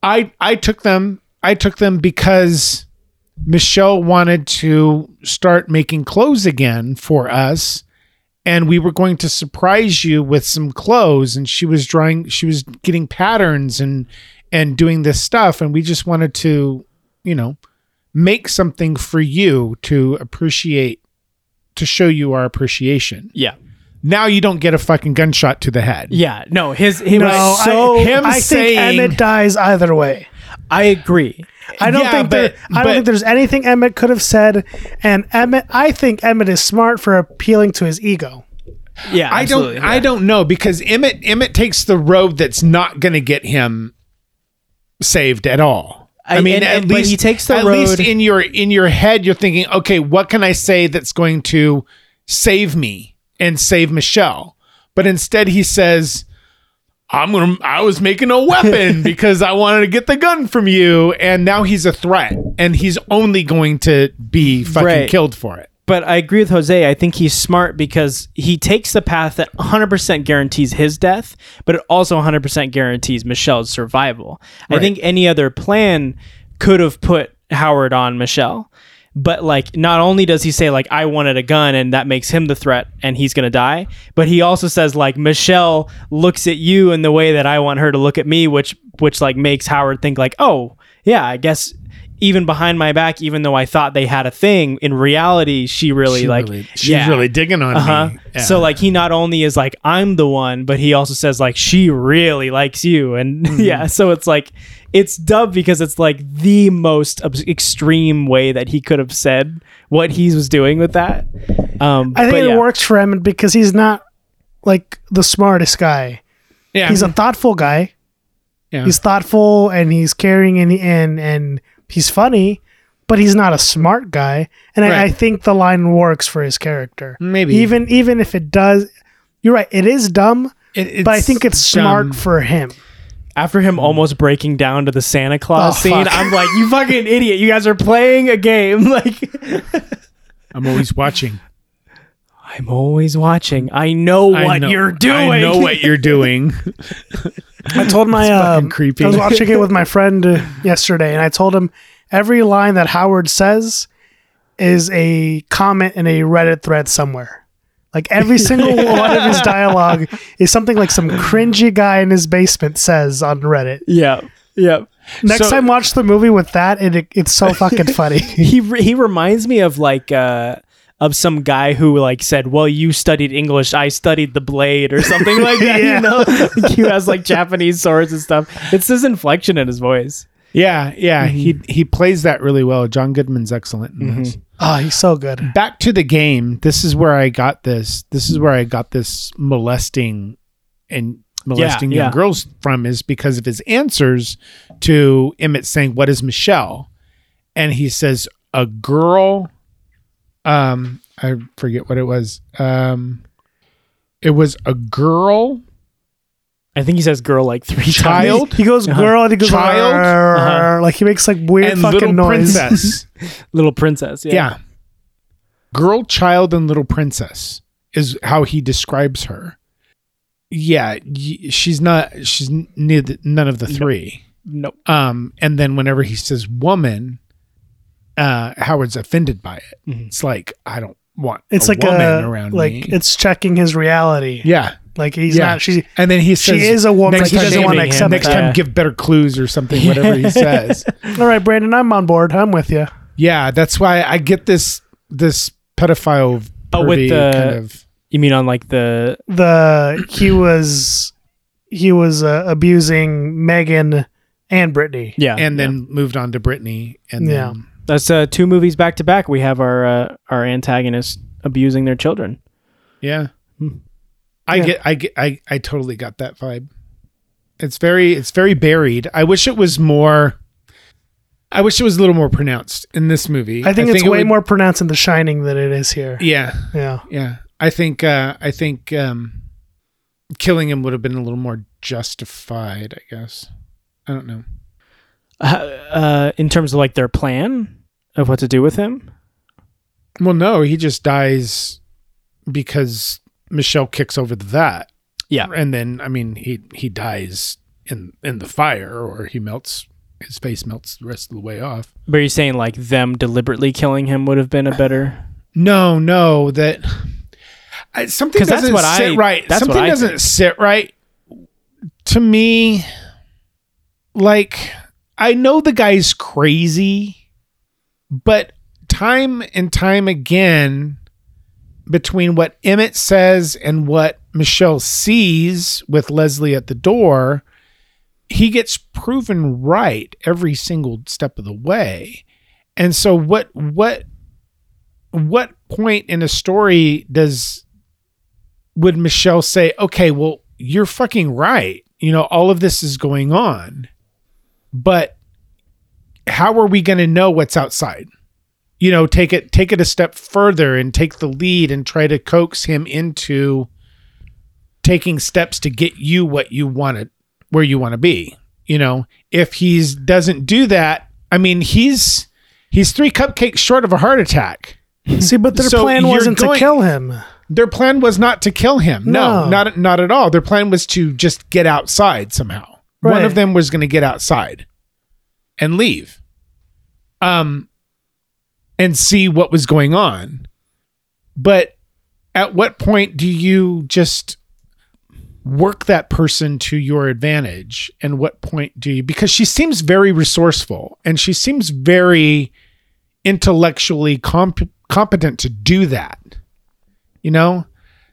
i i took them i took them because michelle wanted to start making clothes again for us and we were going to surprise you with some clothes and she was drawing she was getting patterns and and doing this stuff and we just wanted to you know make something for you to appreciate to show you our appreciation
yeah
now you don't get a fucking gunshot to the head
yeah no his he
No,
was
I-
so
him-
I
saying-
think Emmett dies either way.
I agree
I don't
Yeah,
think
but-
there, I
but-
don't think there's anything Emmett could have said, and Emmett. I think Emmett is smart for appealing to his ego.
yeah
I don't
absolutely,
I
yeah.
don't know because Emmett Emmett takes the road that's not going to get him saved at all. I,
I-
mean,
and-
at
and- but
least
he takes the
at least
road-
in your in your head, you're thinking, okay, what can I say that's going to save me and save Michelle? But instead, he says, "I'm gonna. I was making a weapon because I wanted to get the gun from you, and now he's a threat, and he's only going to be fucking
Right.
killed for it."
but I agree with Jose. I think he's smart because he takes the path that 100% guarantees his death, but it also 100% guarantees Michelle's survival. I think any other plan could have put Howard on Michelle. But like not only does he say like I wanted a gun and that makes him the threat and he's going to die, but he also says like Michelle looks at you in the way that I want her to look at me, which which like makes Howard think like, "Oh, yeah, I guess even behind my back, even though I thought they had a thing, in reality, she really like
she's
yeah.
really digging on
Uh-huh.
me. Yeah.
So like he not only is like I'm the one, but he also says like she really likes you, and yeah. So it's like it's dubbed because it's like the most obs- extreme way that he could have said what he was doing with that. Um,
I think
but
it
yeah.
works for Emmett because he's not like the smartest guy.
yeah,
He's a thoughtful guy.
Yeah.
He's thoughtful and he's caring and and and he's funny, but he's not a smart guy. And
Right.
I, I think the line works for his character.
maybe
Even even if it does, you're right. It is dumb,
It-
but I think it's smart
dumb.
for him.
After him almost breaking down to the Santa Claus
Oh,
scene,
fuck.
I'm like, you fucking idiot! You guys are playing a game. Like
I'm always watching.
I'm always watching. I know what
I know-
you're doing.
I know what you're doing.
I told my um,
creepy.
I was watching it with my friend uh, yesterday, and I told him every line that Howard says is a comment in a Reddit thread somewhere. Like every single one of his dialogue is something like some cringy guy in his basement says on Reddit.
yeah. Yeah.
Next
So-
time, watch the movie with that, and it, it's so fucking funny.
he re- he reminds me of like uh of some guy who like said, "Well, you studied English, I studied the blade" or something like that.
Yeah.
You know, Like, he has like Japanese swords and stuff. It's his inflection in his voice.
Yeah, yeah. He he plays that really well. John Goodman's excellent in this.
oh, he's so good.
Back to the game. This is where I got this. This is where I got this molesting and molesting young
yeah.
girls from is because of his answers to Emmett saying, "What is Michelle?" And he says, "A girl." Um, I forget what it was. Um, it was a girl.
I think he says "girl" like three
Child? Uh-huh.
times.
He goes girl, and he goes
Child? Uh-huh.
"Rrrr," like he makes like weird
and
fucking
little
noise.
princess.
little princess. Yeah.
yeah. Girl, child, and little princess is how he describes her. Yeah, y- she's not. She's n- neither, none of the three.
Nope.
Um, and then whenever he says woman, uh, Howard's offended by it.
Mhm.
It's like I don't want.
Mm-hmm. It's like
woman
a
around
like
me.
it's checking his reality.
yeah,
Like he's
Yeah.
not. She
and then he
she
says
is a woman.
next
He
time-
doesn't want to
shaming him.
accept
next
that.
time give better clues or something. Whatever he says.
All right, Brandon, I'm on board. I'm with you.
Yeah, that's why I get this this pedophile
Oh, with
pervy
the-
kind of
You mean on like the
The he was he was uh, abusing Megan and Brittany.
yeah?
and
yeah.
then moved on to Britney and
Yeah.
then
that's uh, two movies back to back. We have our uh, our antagonists abusing their children.
yeah.
Hmm.
I
Yeah.
get I get I, I totally got that vibe. It's very it's very buried. I wish it was more I wish it was a little more pronounced in this movie.
I think it's
it
way
would-
more pronounced in The Shining than it is here.
Yeah,
Yeah.
yeah. I think uh I think um killing him would have been a little more justified, I guess. I don't know.
Uh, uh, in terms of like their plan of what to do with him.
Well, no, he just dies because Michelle kicks over the that.
Yeah.
and then I mean he he dies in in the fire or he melts his face melts the rest of the way off.
But you're saying like them deliberately killing him would have been a better.
No, no, that I, something
'Cause that's
doesn't
what
sit
I-
right.
that's what
something
I
doesn't sit right to me. Like I know the guy's crazy, but time and time again between what Emmett says and what Michelle sees with Leslie at the door, he gets proven right every single step of the way. And so what what what point in a story does would Michelle say, "Okay, well, you're fucking right. You know, all of this is going on." But how are we going to know what's outside? You know, take it take it a step further and take the lead and try to coax him into taking steps to get you what you want to where you want to be. You know, if he's doesn't do that, I mean, he's he's 3 cupcakes short of a heart attack.
See, but their
So
plan
you're
wasn't to
going-
kill him.
Their plan was not to kill him. No,
No.
not not at all. Their plan was to just get outside somehow. One
Right.
of them was going to get outside and leave, um, and see what was going on. But at what point do you just work that person to your advantage? And what point do you? Because she seems very resourceful and she seems very intellectually comp- competent to do that you know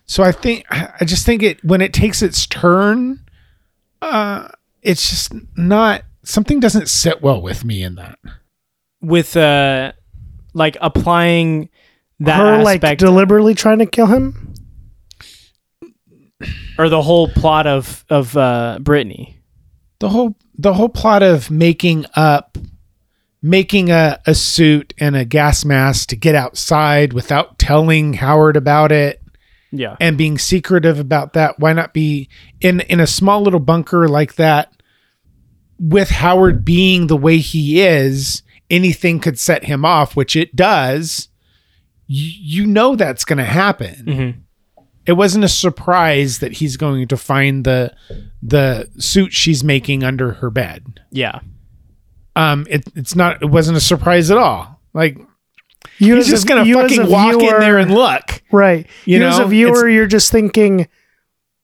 so i think i I just think it when it takes its turn uh it's just not something doesn't sit well with me in that
with uh like applying that
Her like
aspect
deliberately trying to kill him.
or the whole plot of of uh Brittany.
the whole the whole plot of making up making a, a suit and a gas mask to get outside without telling howard about it
Yeah.
and being secretive about that why not be in in a small little bunker like that with howard being the way he is anything could set him off which it does you, you know that's going to happen
Mhm.
it wasn't a surprise that he's going to find the the suit she's making under her bed
Yeah.
um it, it's not it wasn't a surprise at all like
You
he's
as a-
just going to
you as
fucking
a
walk in
viewer-
there and look
right.
you
You, as
know,
a viewer, you're just thinking,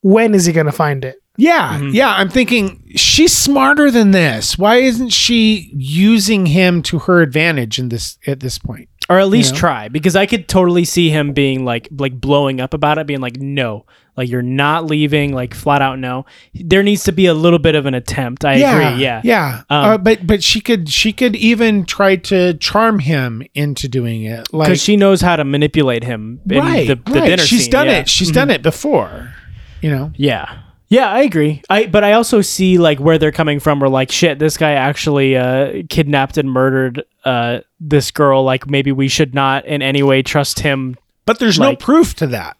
when is he going to find it?
Yeah, yeah. I'm thinking she's smarter than this. Why isn't she using him to her advantage in this at this point?
Or at least try because I could totally see him being like like blowing up about it being like no, like you're not leaving like flat out no. There needs to be a little bit of an attempt. I agree. Yeah.
yeah.
Um,
uh, but but she could she could even try to charm him into doing it. Like
Cuz she knows how to manipulate him in
right,
the, the
right.
dinner
She's
scene,
done
yeah. Mm-hmm.
it. She's done it before. You know.
Yeah. Yeah, I agree. I but I also see like where they're coming from or like shit, this guy actually uh kidnapped and murdered uh this girl like maybe we should not in any way trust him.
But there's
Like-
no proof to that.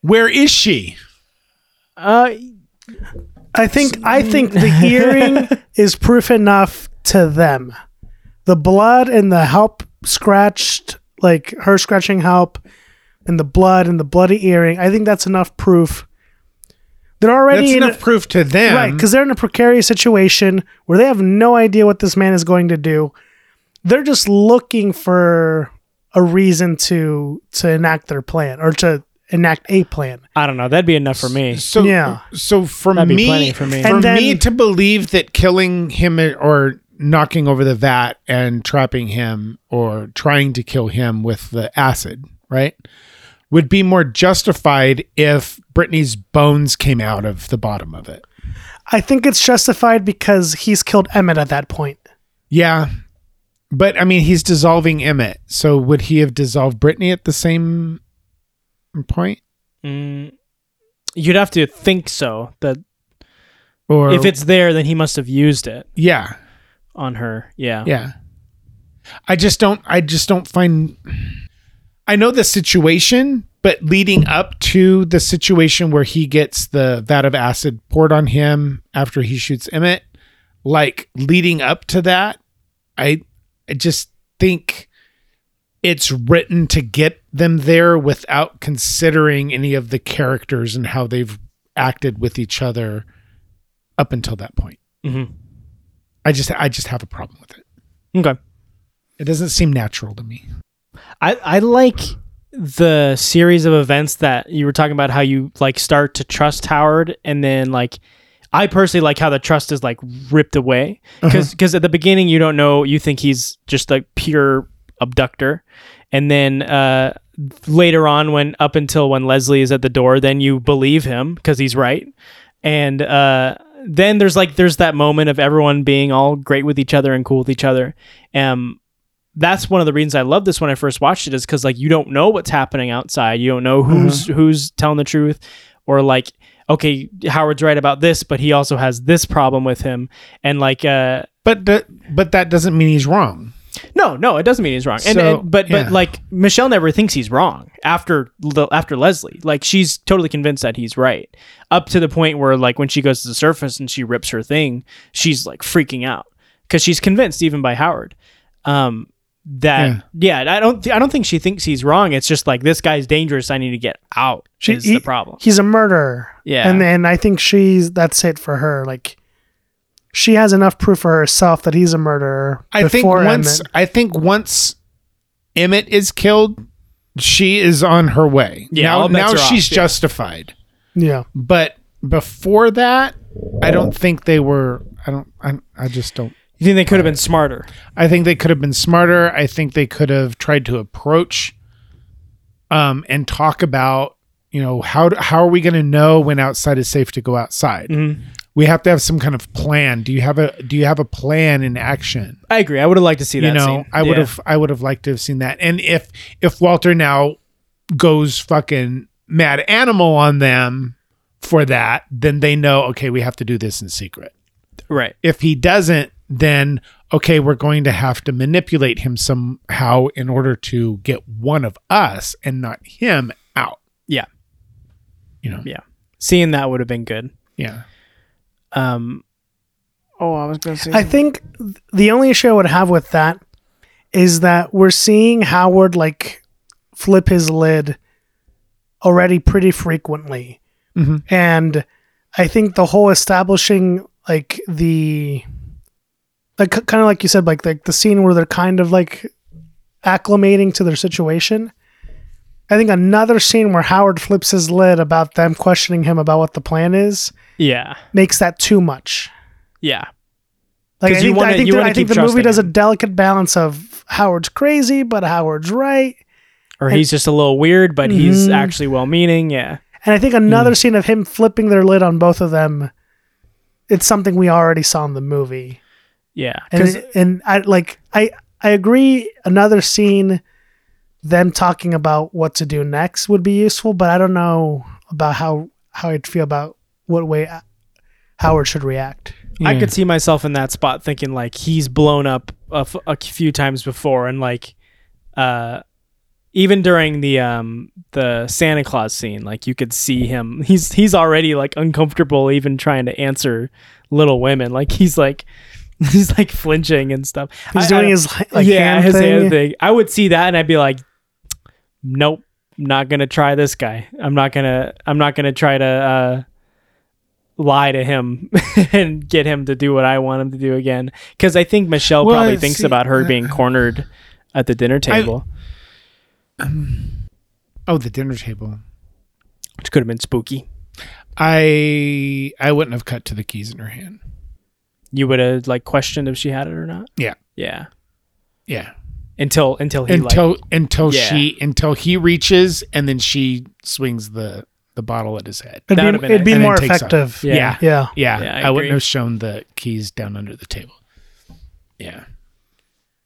Where is she?
Uh
I think I think the earring is proof enough to them. The blood and the help scratched like her scratching help and the blood and the bloody earring. I think that's enough proof. They're already
That's
in
enough proof to them.
Right, because they're in a precarious situation where they have no idea what this man is going to do. They're just looking for a reason to to enact their plan or to enact a plan.
I don't know. That'd be enough for me.
So
Yeah.
So for
That'd be
me,
plenty
for
for me.
And then-
me to believe that killing him or knocking over the vat and trapping him or trying to kill him with the acid, right, would be more justified if Brittany's bones came out of the bottom of it.
I think it's justified because he's killed Emmett at that point.
Yeah. But I mean, he's dissolving Emmett. So would he have dissolved Brittany at the same point?
Mm, you'd have to think so. That
Or
if it's there, then he must have used it
yeah,
on her. Yeah.
yeah. I just don't. I just don't find. I know the situation, but leading up to the situation where he gets the vat of acid poured on him after he shoots Emmett, like leading up to that, I, I just think it's written to get them there without considering any of the characters and how they've acted with each other up until that point.
Mhm.
I just I just have a problem with it.
Okay.
It doesn't seem natural to me.
I, I like the series of events that you were talking about how you like start to trust Howard and then like I personally like how the trust is like ripped away because at the beginning you don't know you think he's just like pure abductor and then uh later on when up until when Leslie is at the door then you believe him cuz he's right and uh then there's like there's that moment of everyone being all great with each other and cool with each other um that's one of the reasons I love this when I first watched it is because like you don't know what's happening outside. You don't know who's who's telling the truth, or like okay, Howard's right about this, but he also has this problem with him, and like uh,
But the, but that doesn't mean he's wrong.
no, no, it doesn't mean he's wrong. And,
So,
and- but
yeah.
but like Michelle never thinks he's wrong after Le- after Leslie. Like she's totally convinced that he's right up to the point where like when she goes to the surface and she rips her thing, she's like freaking out because she's convinced even by Howard. Um, that yeah. I don't I don't think she thinks he's wrong. It's just like this guy's dangerous. I need to get out.
She-
is
he-
the problem?
He's a murderer.
Yeah.
And then I think she's that's it for her. Like she has enough proof for herself that he's a murderer.
I think
before
once
Emmett.
I think once Emmett is killed, she is on her way.
Yeah,
now
all bets
now
are off,
she's
yeah.
justified.
Yeah.
But before that, I don't think they were. I don't. I, I just don't.
You think they could have been smarter?
I think they could have been smarter. I think they could have tried to approach um, and talk about, you know, how do- how are we going to know when outside is safe to go outside?
Mm-hmm.
We have to have some kind of plan. Do you have a do you have a plan in action?
I agree. I would have liked to see that.
you know,
scene.
I would
Yeah.
have I would have liked to have seen that. And if if Walter now goes fucking mad animal on them for that, then they know okay, we have to do this in secret
right.
if he doesn't, then okay, we're going to have to manipulate him somehow in order to get one of us and not him out.
Yeah.
You know.
Yeah. Seeing that would have been good.
Yeah.
Um, oh, I was gonna say.
I think th- the only issue I would have with that is that we're seeing Howard like flip his lid already pretty frequently.
Mhm.
And I think the whole establishing like the like kind of like you said like like the scene where they're kind of like acclimating to their situation. I think another scene where Howard flips his lid about them questioning him about what the plan is
yeah,
makes that too much.
yeah,
Like I
'Cause you
think,
wanna-
I think,
you
the,
wanna
I think
keep
the movie
trusting
does a
him.
delicate balance of Howard's crazy, but Howard's right.
or he's just a little weird, but he's
Mhm.
actually well-meaning. Yeah,
And I think
Mm.
another scene of him flipping their lid on both of them, it's something we already saw in the movie.
yeah,
And,
'Cause-
it- and I like I I agree another scene them talking about what to do next would be useful, but I don't know about how how I'd feel about what way Howard should react.
I could see myself in that spot thinking like he's blown up a, f- a few times before, and like, uh, even during the um the Santa Claus scene, like you could see him. He's he's already like uncomfortable, even trying to answer Little Women. Like he's like. He's like flinching and stuff.
He's
I- I
doing
don't-
his like
yeah,
hand
his
thing.
hand thing. I would see that and I'd be like, nope, not gonna try this guy. I'm not gonna I'm not gonna try to uh, lie to him and get him to do what I want him to do again. Because I think Michelle
Well,
probably
I
thinks
see-
about her being cornered at the dinner table,
Oh, the dinner table.
which could have been spooky.
I I wouldn't have cut to the keys in her hand.
You would have like questioned if she had it or not.
Yeah.
Yeah.
Yeah.
Until until he like
until until
Yeah.
she until he reaches and then she swings the the bottle at his head.
It'd
That would've
be,
been
it'd be
And then
more
takes off.
effective.
Yeah.
Yeah.
Yeah.
Yeah,
Yeah, I
I, wouldn't
agree.
have shown the keys down under the table. Yeah,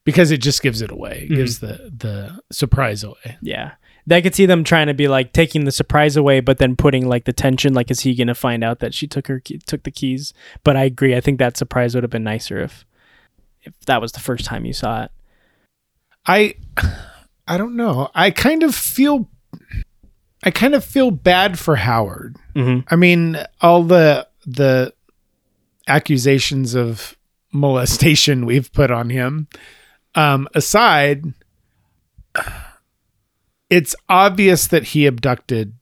because it just gives it away.
Mm-hmm.
It Gives the the surprise away.
Yeah. I could see them trying to be like taking the surprise away, but then putting like the tension. Like, is he gonna find out that she took her key, took the keys? But I agree. I think that surprise would have been nicer if if that was the first time you saw it.
I I don't know. I kind of feel I kind of feel bad for Howard.
Mm-hmm.
I mean, all the the accusations of molestation we've put on him um, aside, it's obvious that he abducted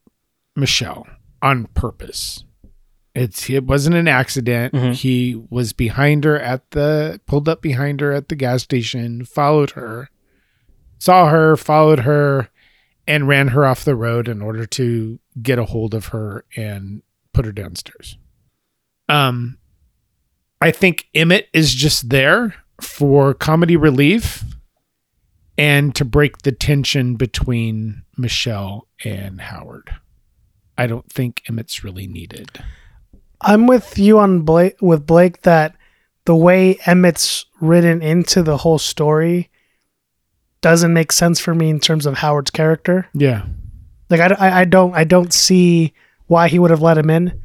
Michelle on purpose. It's it wasn't an accident.
Mhm.
He was behind her at the pulled up behind her at the gas station, followed her, saw her, followed her, and ran her off the road in order to get a hold of her and put her downstairs. Um, I think Emmett is just there for comedy relief and to break the tension between Michelle and Howard. I don't think Emmett's really needed.
I'm with you on Blake with Blake that the way Emmett's written into the whole story doesn't make sense for me in terms of Howard's character.
Yeah.
Like I, I, I don't I don't see why he would have let him in.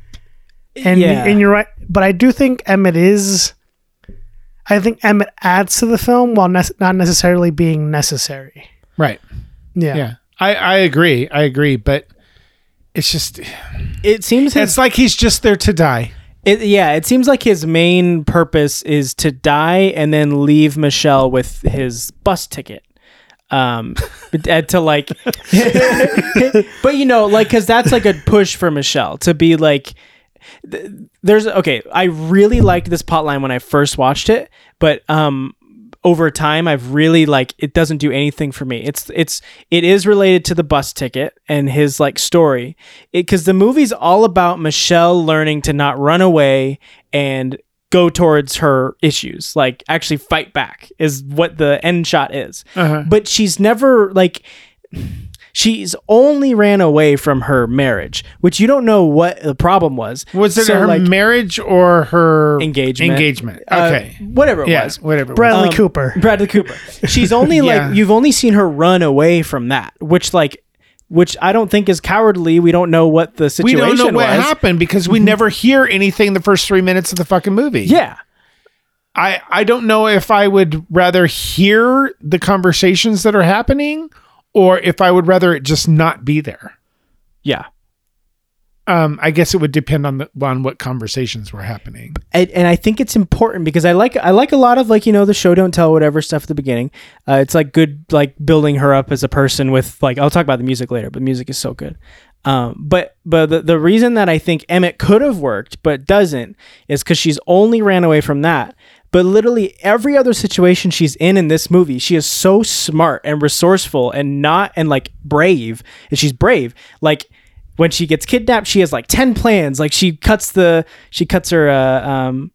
And
Yeah.
and you're right, but I do think Emmett is. I think Emmett adds to the film while ne- not necessarily being necessary.
Right.
Yeah.
Yeah. I, I agree. I agree. But it's just,
It seems
it's
his
like he's just there to die.
it, yeah. It seems like his main purpose is to die and then leave Michelle with his bus ticket. Um, but- uh, to like, but you know, like, cause that's like a push for Michelle to be like, there's okay i really liked this plotline when i first watched it but um over time i've really like it doesn't do anything for me it's it's it is related to the bus ticket and his like story because the movie's all about michelle learning to not run away and go towards her issues like actually fight back is what the end shot is
Uh-huh.
but she's never like she's only ran away from her marriage which you don't know what the problem was
Was it
So,
her
like,
marriage or her
Engagement.
Engagement.
uh,
Okay.
whatever it
yes.
was
Whatever. it was.
Bradley
Um,
Cooper.
Bradley Cooper. She's only
Yeah.
like you've only seen her run away from that, which like which I don't think is cowardly. We don't know what the
we
situation
don't know what
was. Mm-hmm.
happened because we never hear anything the first three minutes of the fucking movie.
Yeah.
I, I don't know if I would rather hear the conversations that are happening or if I would rather it just not be there.
Yeah.
Um, I guess it would depend on the on what conversations were happening.
and, and I think it's important because I like I like a lot of like you know the show don't tell whatever stuff at the beginning. Uh, it's like good like building her up as a person with like I'll talk about the music later, but music is so good. Um, but but the, the reason that I think Emmett could have worked but doesn't is because she's only ran away from that. But literally every other situation she's in in this movie, she is so smart and resourceful and not and like brave. And she's brave like when she gets kidnapped, she has like ten plans. Like she cuts the she cuts her uh, um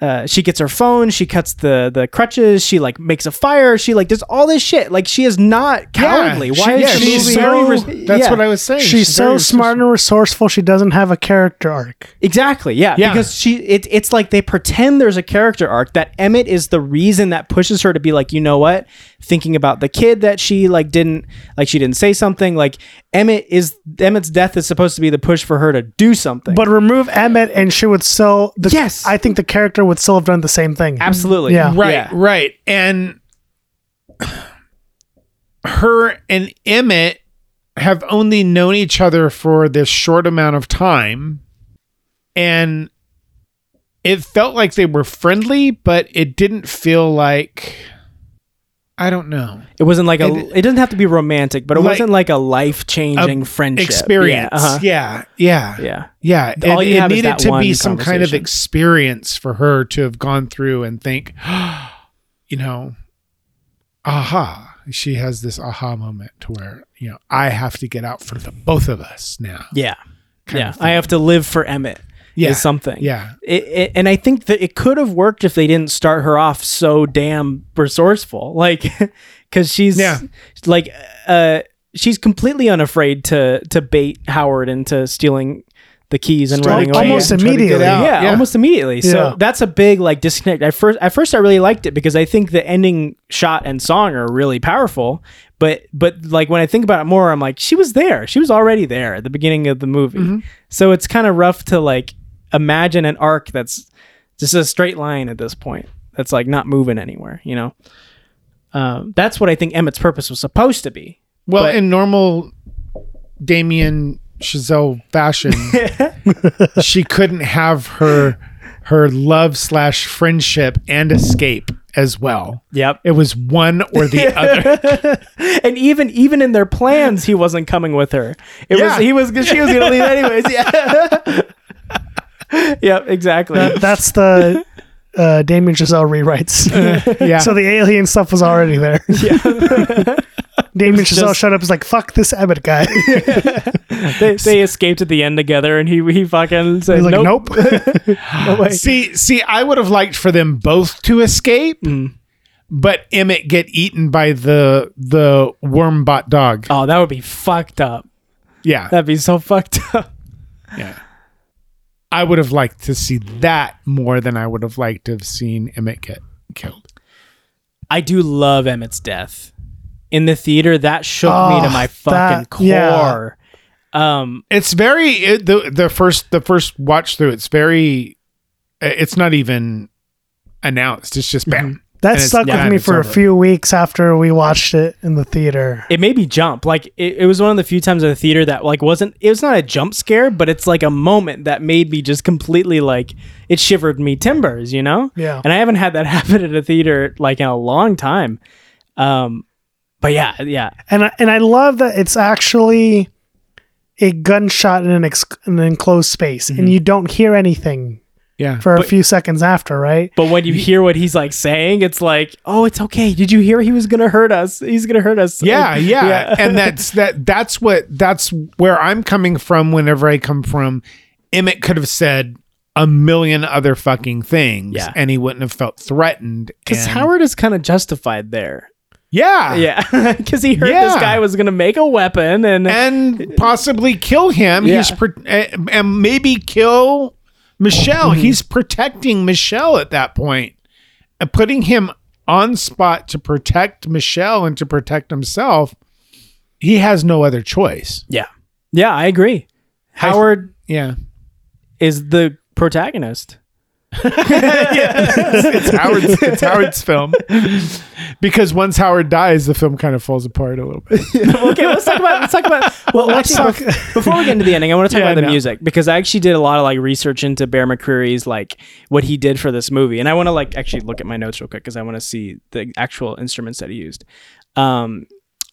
uh, she gets her phone. She cuts the the crutches. She like makes a fire. She like does all this shit. Like she is not cowardly.
Yeah,
Why
she-
is
yeah,
the
she's
movie?
very
so-
res- that's
Yeah.
what I was saying.
She's so
very
smart and resourceful. She doesn't have a character arc.
Exactly. Yeah.
Yeah.
Because she, it, it's like they pretend there's a character arc that Emmett is the reason that pushes her to be like, you know what? Thinking about the kid that she like didn't like, she didn't say something. Like Emmett is Emmett's death is supposed to be the push for her to do something.
But remove Emmett, and she would still. The,
Yes.
I think the character would still have done the same thing.
absolutely.
Yeah.
Right,
Oh, Yeah.
right. And her and Emmett have only known each other for this short amount of time. And it felt like they were friendly, but it didn't feel like I don't know.
It wasn't like a. It, doesn't have to be romantic, but it
Like-
wasn't like a life changing friendship
Experience.
Yeah. uh-huh.
yeah, yeah.
yeah.
Yeah,
The- all
it,
you
it
have is
needed
that
to
one
be some kind of
conversation.
experience for her to have gone through and think, you know, aha, she has this aha moment to where you know I have to get out for the both of us now.
Yeah.
kind
yeah.
of
I have to live for Emmett.
Yeah.
Is something.
Yeah,
It, it, and I think that it could have worked if they didn't start her off so damn resourceful. Like, because she's
Yeah.
like, uh, she's completely unafraid to to bait Howard into stealing the keys and
Steal
running
the
away.
almost
Yeah, try to get
immediately.
out.
yeah,
yeah.
almost immediately. So
Yeah.
that's a big like disconnect. At first, at first, I really liked it because I think the ending shot and song are really powerful. But but like when I think about it more, I'm like, she was there. She was already there at the beginning of the movie. So it's kind of rough to like imagine an arc that's just a straight line at this point. That's like not moving anywhere. You know, um, that's what I think Emmett's purpose was supposed to be.
Well,
But-
in normal Damien Chazelle fashion, she couldn't have her her love slash friendship and escape as well.
Yep.
It was one or the other.
and even even in their plans, he wasn't coming with her. It
Yeah.
was he was she was gonna leave anyways. Yeah. yep. Exactly.
That, that's the uh, Damien Giselle rewrites.
Yeah.
So the alien stuff was already there. Yeah. Damien Giselle
just-
showed up. Is like, fuck this Emmett guy. He's
they, they escaped at the end together, and he he fucking said
like,
nope.
nope.
no way."
See, see, I would have liked for them both to escape,
Mm.
but Emmett get eaten by the the worm bot dog.
Oh, that would be fucked up.
yeah,
That'd be so fucked up.
yeah. I would have liked to see that more than I would have liked to have seen Emmett get killed.
I do love Emmett's death in the theater. That shook me
Oh,
to my fucking
that- yeah.
core. Um,
It's very it, the the first the first watch through. It's very. It's not even announced. It's just bam.
Mm-hmm. That
And it's
stuck
done,
with me
it's
for
over.
a few weeks after we watched it in the theater.
it made me jump. Like it, it was one of the few times at the theater that like wasn't it was not a jump scare, but it's like a moment that made me just completely like it shivered me timbers, you know?
Yeah.
And I haven't had that happen at a theater like in a long time. Um but yeah, yeah.
And I, and I love that it's actually a gunshot in an, ex- in an enclosed space,
Mm-hmm.
and you don't hear anything
Yeah.
for a few seconds after, right?
But when you hear what he's like saying, it's like, oh, it's okay. Did you hear he was gonna hurt us? He's gonna hurt us.
yeah
Like,
yeah, and that's that that's what that's where i'm coming from whenever i come from emmett could have said a million other fucking things
Yeah.
and he wouldn't have felt threatened
Because
and-
Howard is kind of justified there.
yeah
Yeah. Because he heard this
Ah. Yeah.
guy was going to make a weapon and,
and possibly kill him
Yeah.
he's pro- eh, and maybe kill michelle
Mm-hmm.
he's protecting michelle at that point and putting him on spot to protect michelle and to protect himself he has no other choice
yeah. Yeah, I agree. Howard
yeah
is the protagonist.
it's Howard's it's Howard's film. Because once Howard dies, the film kind of falls apart a little bit.
okay, let's talk about let's talk about well, let's
talk-
before we get into the ending, I want to talk
Yeah,
about the
no.
music because I actually did a lot of like research into Bear McCreary's like what he did for this movie, and I want to like actually look at my notes real quick because I want to see the actual instruments that he used. Um,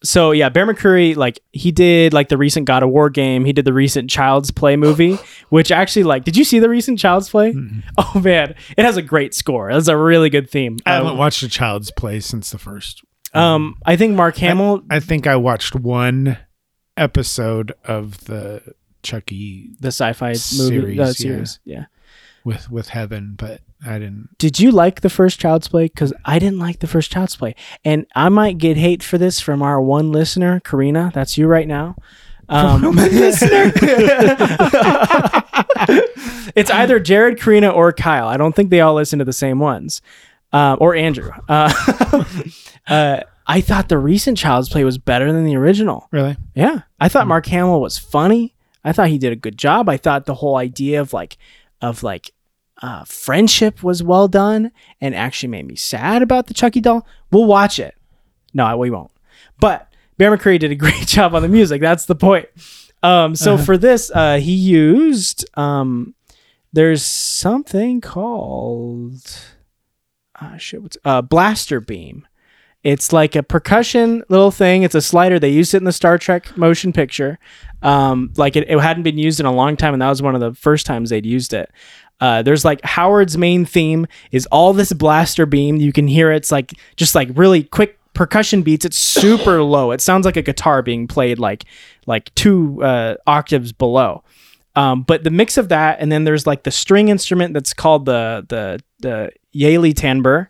so yeah, Bear McCreary like he did like the recent God of War game, he did the recent Child's Play movie, which actually like did you see the recent Child's Play? Oh man, it has a great score. That's a really good theme.
I
Um,
haven't watched a child's play since the first.
um, I think Mark Hamill
I think I watched one episode of the Chucky
the sci-fi movie
Series,
uh,
yeah.
series. Yeah.
with with Heaven, but I didn't.
Did you like the first Child's Play? Because I didn't like the first Child's Play, and I might get hate for this from our one listener, Karina. That's you right now. Um, listener. it's either Jared, Karina, or Kyle. I don't think they all listen to the same ones, uh, or Andrew. Uh, uh, I thought the recent Child's Play was better than the original.
Really?
Yeah. I thought Mark Hamill was funny. I thought he did a good job. I thought the whole idea of like of like uh, friendship was well done and actually made me sad about the Chucky doll. We'll watch it. No, I- we won't. But Bear McCreary did a great job on the music. That's the point. Um, so for this, uh, he used um, there's something called ah shit, what's uh, blaster uh, beam It's like a percussion little thing. It's a slider. They used it in the Star Trek motion picture. Um, like it, it hadn't been used in a long time, and that was one of the first times they'd used it. Uh, there's like Howard's main theme is all this blaster beam. You can hear it's like just like really quick percussion beats. It's super low. It sounds like a guitar being played like like two uh, octaves below. Um, but the mix of that, and then there's like the string instrument that's called the the the Yaley timbre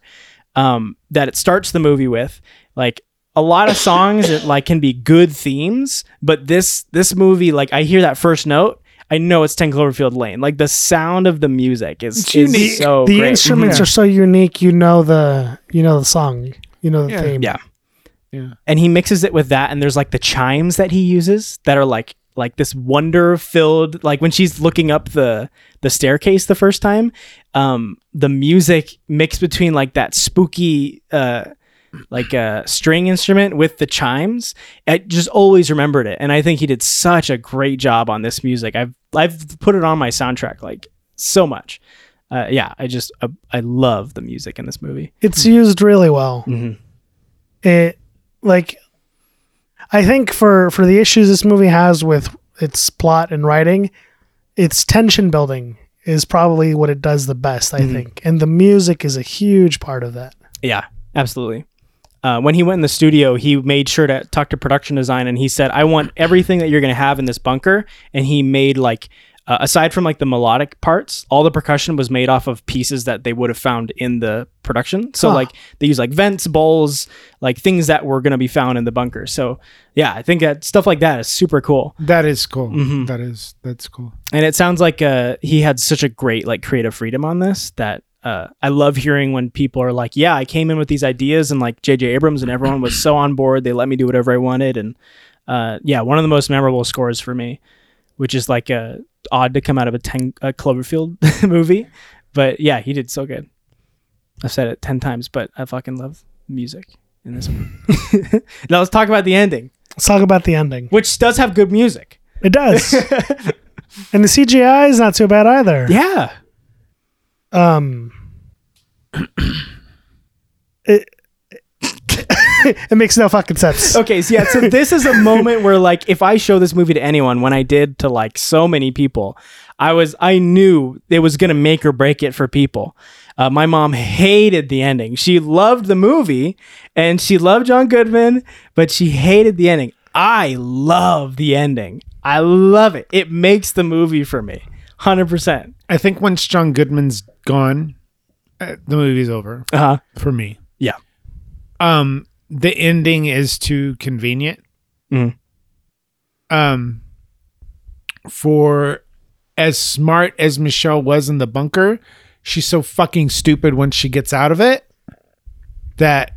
um, that it starts the movie with. Like a lot of songs, that like can be good themes, but this this movie, like I hear that first note, I know it's Ten Cloverfield Lane. Like the sound of the music is, is so
the
great.
instruments are so unique. You know the you know the song. You know the
Yeah.
theme.
Yeah. and he mixes it with that and there's like the chimes that he uses that are like like this wonder filled like when she's looking up the the staircase the first time um the music mixed between like that spooky uh like a string instrument with the chimes i just always remembered it and i think he did such a great job on this music i've i've put it on my soundtrack like so much uh, yeah i just uh, i love the music in this movie
It's used really well.
Mhm.
It like I think for for the issues this movie has with its plot and writing, its tension building is probably what it does the best,
Mm-hmm.
I think. And the music is a huge part of that.
Yeah, absolutely. Uh, when he went in the studio, he made sure to talk to production design, and he said, "I want everything that you're going to have in this bunker." And he made like, uh, aside from like the melodic parts, all the percussion was made off of pieces that they would have found in the production. So
Huh.
like they use like vents, bowls, like things that were going to be found in the bunker. So yeah, I think that stuff like that is super cool.
That is cool.
Mhm.
That is that's cool.
and it sounds like uh, he had such a great like creative freedom on this that uh, I love hearing when people are like, "Yeah, I came in with these ideas," and like J.J. Abrams and everyone was so on board. They let me do whatever I wanted, and uh, yeah, one of the most memorable scores for me, which is like uh, odd to come out of a ten a Cloverfield movie, but yeah, he did so good. I've said it ten times, but I fucking love music in this one. now let's talk about the ending,
Let's talk about the ending.
which does have good music.
It does. and the CGI is not too bad either.
Yeah,
um it it makes no fucking sense
Okay, so yeah, so this is a moment where like if I show this movie to anyone, when I did to like so many people, I was I knew it was gonna make or break it for people. Uh, my mom hated the ending. She loved the movie and she loved John Goodman, but she hated the ending. I love the ending. I love it. It makes the movie for me, hundred percent.
I think once John Goodman's gone, uh, the movie's over
Uh huh.
for me.
Yeah.
Um, the ending is too convenient.
Mhm.
Um, for as smart as Michelle was in the bunker, she's so fucking stupid when she gets out of it that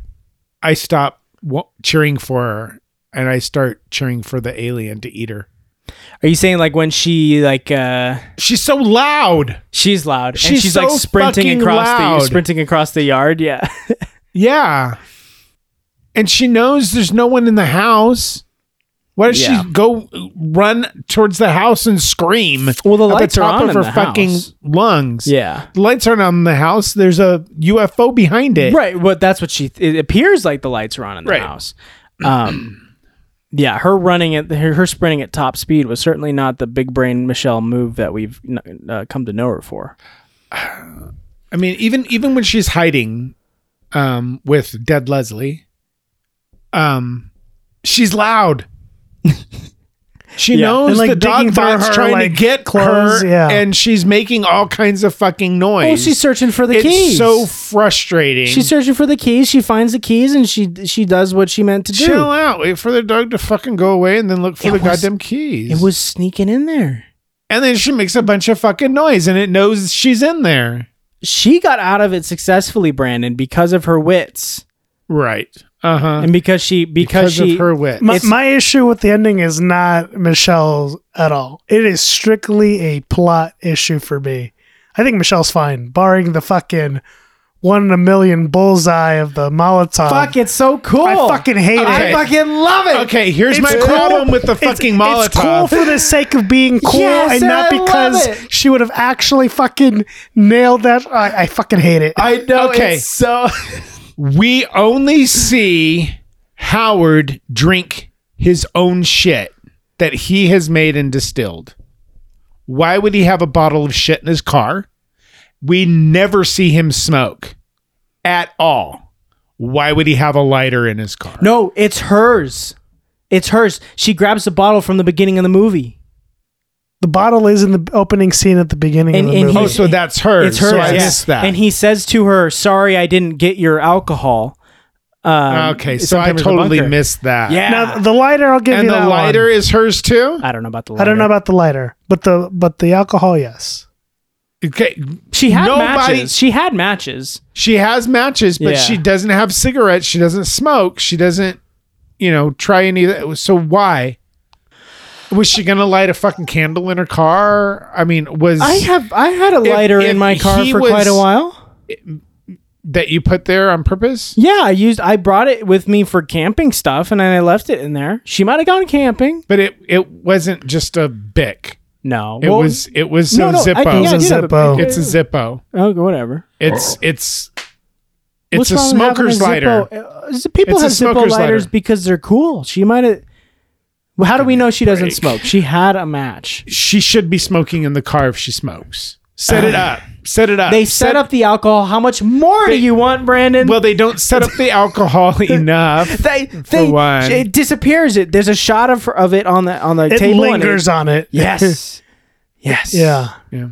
I stop wa- cheering for her and I start cheering for the alien to eat her.
Are you saying like when she like uh
She's so loud.
she's loud and
She's
she's like
so
sprinting
fucking
across
loud.
the sprinting across the yard? Yeah.
Yeah. And she knows there's no one in the house. Why does
Yeah.
she go run towards the house and scream?
Well, the
at
lights are on
of
in
her
the
fucking
house.
lungs.
Yeah.
The lights aren't on in the house. There's a UFO behind it.
Right. But that's what she. It appears like the lights are on in the
Right.
house. Um. Yeah, her running at her, her sprinting at top speed was certainly not the big brain Michelle move that we've n- uh, come to know her for.
I mean, even even when she's hiding um with dead Leslie, um she's loud. She
Yeah.
knows
And, like,
the
digging
dog
through
bot's
her,
trying
like,
to get
clothes,
her,
yeah.
and she's making all kinds of fucking noise.
Well, she's searching for the
Oh, it's
keys.
so frustrating.
she's searching for the keys. She finds the keys and she she does what she meant to do.
chill out. Wait for the dog to fucking go away, and then look for
It
the
was-
goddamn keys.
It was sneaking in there.
and then she makes a bunch of fucking noise, and it knows she's in there.
She got out of it successfully, Brandon, because of her wits
Right. Uh huh.
and because she
Because
because, she
of her wit.
my,
It's-
my issue with the ending is not michelle at all it is strictly a plot issue for me i think michelle's fine barring the fucking one in a million bullseye of the molotov
fuck. It's so cool.
i fucking hate
Okay.
it
I
fucking love it.
Okay, here's my
cool.
problem with the
It's-
fucking Molotov.
It's cool for the sake of being cool
Yes,
and not
I love
because
it.
she would have actually fucking nailed that. I, I fucking hate it.
I know.
Okay.
It's so
We only see Howard drink his own shit that he has made and distilled. Why would he have a bottle of shit in his car? We never see him smoke at all. Why would he have a lighter in his car?
No, it's hers. It's hers. She grabs the bottle from the beginning of the movie.
The bottle is in the opening scene at the beginning
And-
of the
and
movie.
Oh, so that's hers.
It's hers.
So I
yeah.
missed that.
And he says to her, "Sorry, I didn't get your alcohol." Um,
okay,
it's
so I
sometime in the
totally
bunker.
missed that.
Yeah.
now the lighter, I'll give
And
you
the
that
lighter
one.
is hers too?
I don't know about the. Lighter.
I don't know about the lighter, but the but the alcohol, yes.
Okay.
She had
Nobody-
matches. She had matches.
She has matches, but
Yeah.
she doesn't have cigarettes. She doesn't smoke. She doesn't, you know, try any of that. So why? Was she gonna light a fucking candle in her car? I mean, was
I have. I had a
If-
lighter
if
in my car
he
for quite a
was-
while.
that you put there on purpose?
Yeah, I used. I brought it with me for camping stuff, and then I left it in there. She might have gone camping.
But it it wasn't just a bic.
No,
It
well,
was it was
No,
some
no, I
Zippo.
think- yeah, I
It's a
did have
Zippo.
It's a Zippo.
Oh, whatever.
It's it's it's
What's
a
wrong with having
smoker's
Zippo?
lighter.
Uh, z- people
It's a
have Zippo
smoker's
lighters
lighter.
because they're cool. She might have. Well, how do we know she doesn't
break.
smoke? She had a match.
She should be smoking in the car if she smokes. Set it up. Set it up.
They set up the alcohol. How much more do you want, Brandon?
Well, they don't set up the alcohol enough.
they, they
one.
it disappears. It there's a shot of of it on the on the
It
table. and
lingers on it.
yes, yes.
yeah.
Yeah.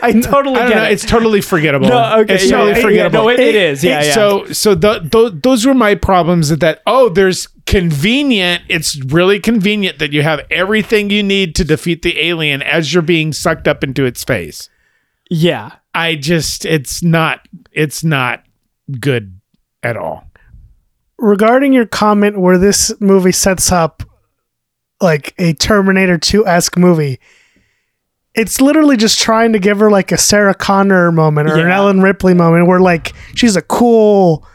I totally
I don't
get
know.
it.
It's totally forgettable.
No, okay,
It's
yeah,
totally
yeah, yeah,
forgettable.
no, it- it is, yeah, yeah.
So, so th- th- those were my problems at that. Oh, there's convenient. It's really convenient that you have everything you need to defeat the alien as you're being sucked up into its face.
yeah.
I just, it's not, it's not good at all.
regarding your comment where this movie sets up like a Terminator 2 esque movie, it's literally just trying to give her like a Sarah Connor moment or an
Yeah.
Ellen Ripley moment where like she's a cool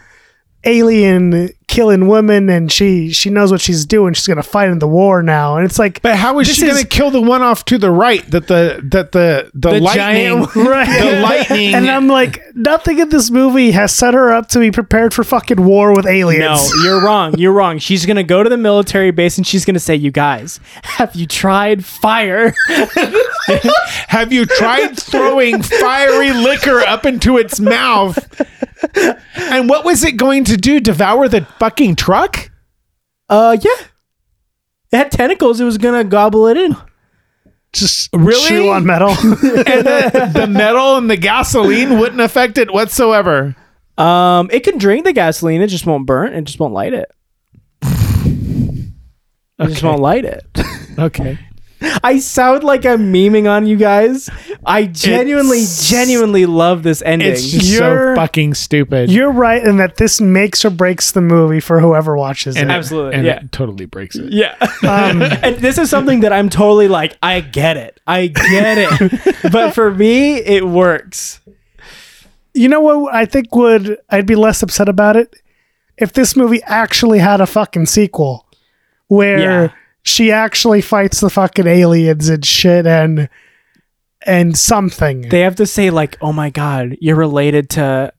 alien killing woman and she she knows what she's doing. She's gonna fight in the war now. And it's like
But how is
This
she going
is-
to kill the one off to the right that the that the the,
The
lightning
giant-
the lightning
and I'm like, nothing in this movie has set her up to be prepared for fucking war with
No,
aliens.
you're wrong. You're wrong. She's gonna go to the military base and she's gonna say, "You guys, have you tried fire?"
Have you tried throwing fiery liquor up into its mouth? And what was it going to do? Devour the fucking truck?
uh, yeah. It had tentacles. It was gonna gobble it in.
Just
Really?
chew on metal.
And the, the metal and the gasoline wouldn't affect it whatsoever.
Um, it can drink the gasoline. It just won't burn. It just won't light it. It just won't light it.
Okay.
I sound like I'm memeing on you guys. I genuinely,
It's-
genuinely love this ending.
It's just
You're-
so fucking stupid.
You're right in that this makes or breaks the movie for whoever watches
And
it.
it-
Absolutely,
and
yeah.
it totally breaks it.
Yeah. Um, and this is something that I'm totally like, I get it. I get it. but for me, it works.
You know what I think would I'd be less upset about it if this movie actually had a fucking sequel where
Yeah.
she actually fights the fucking aliens and shit and and something.
They have to say, like, oh my God, you're related to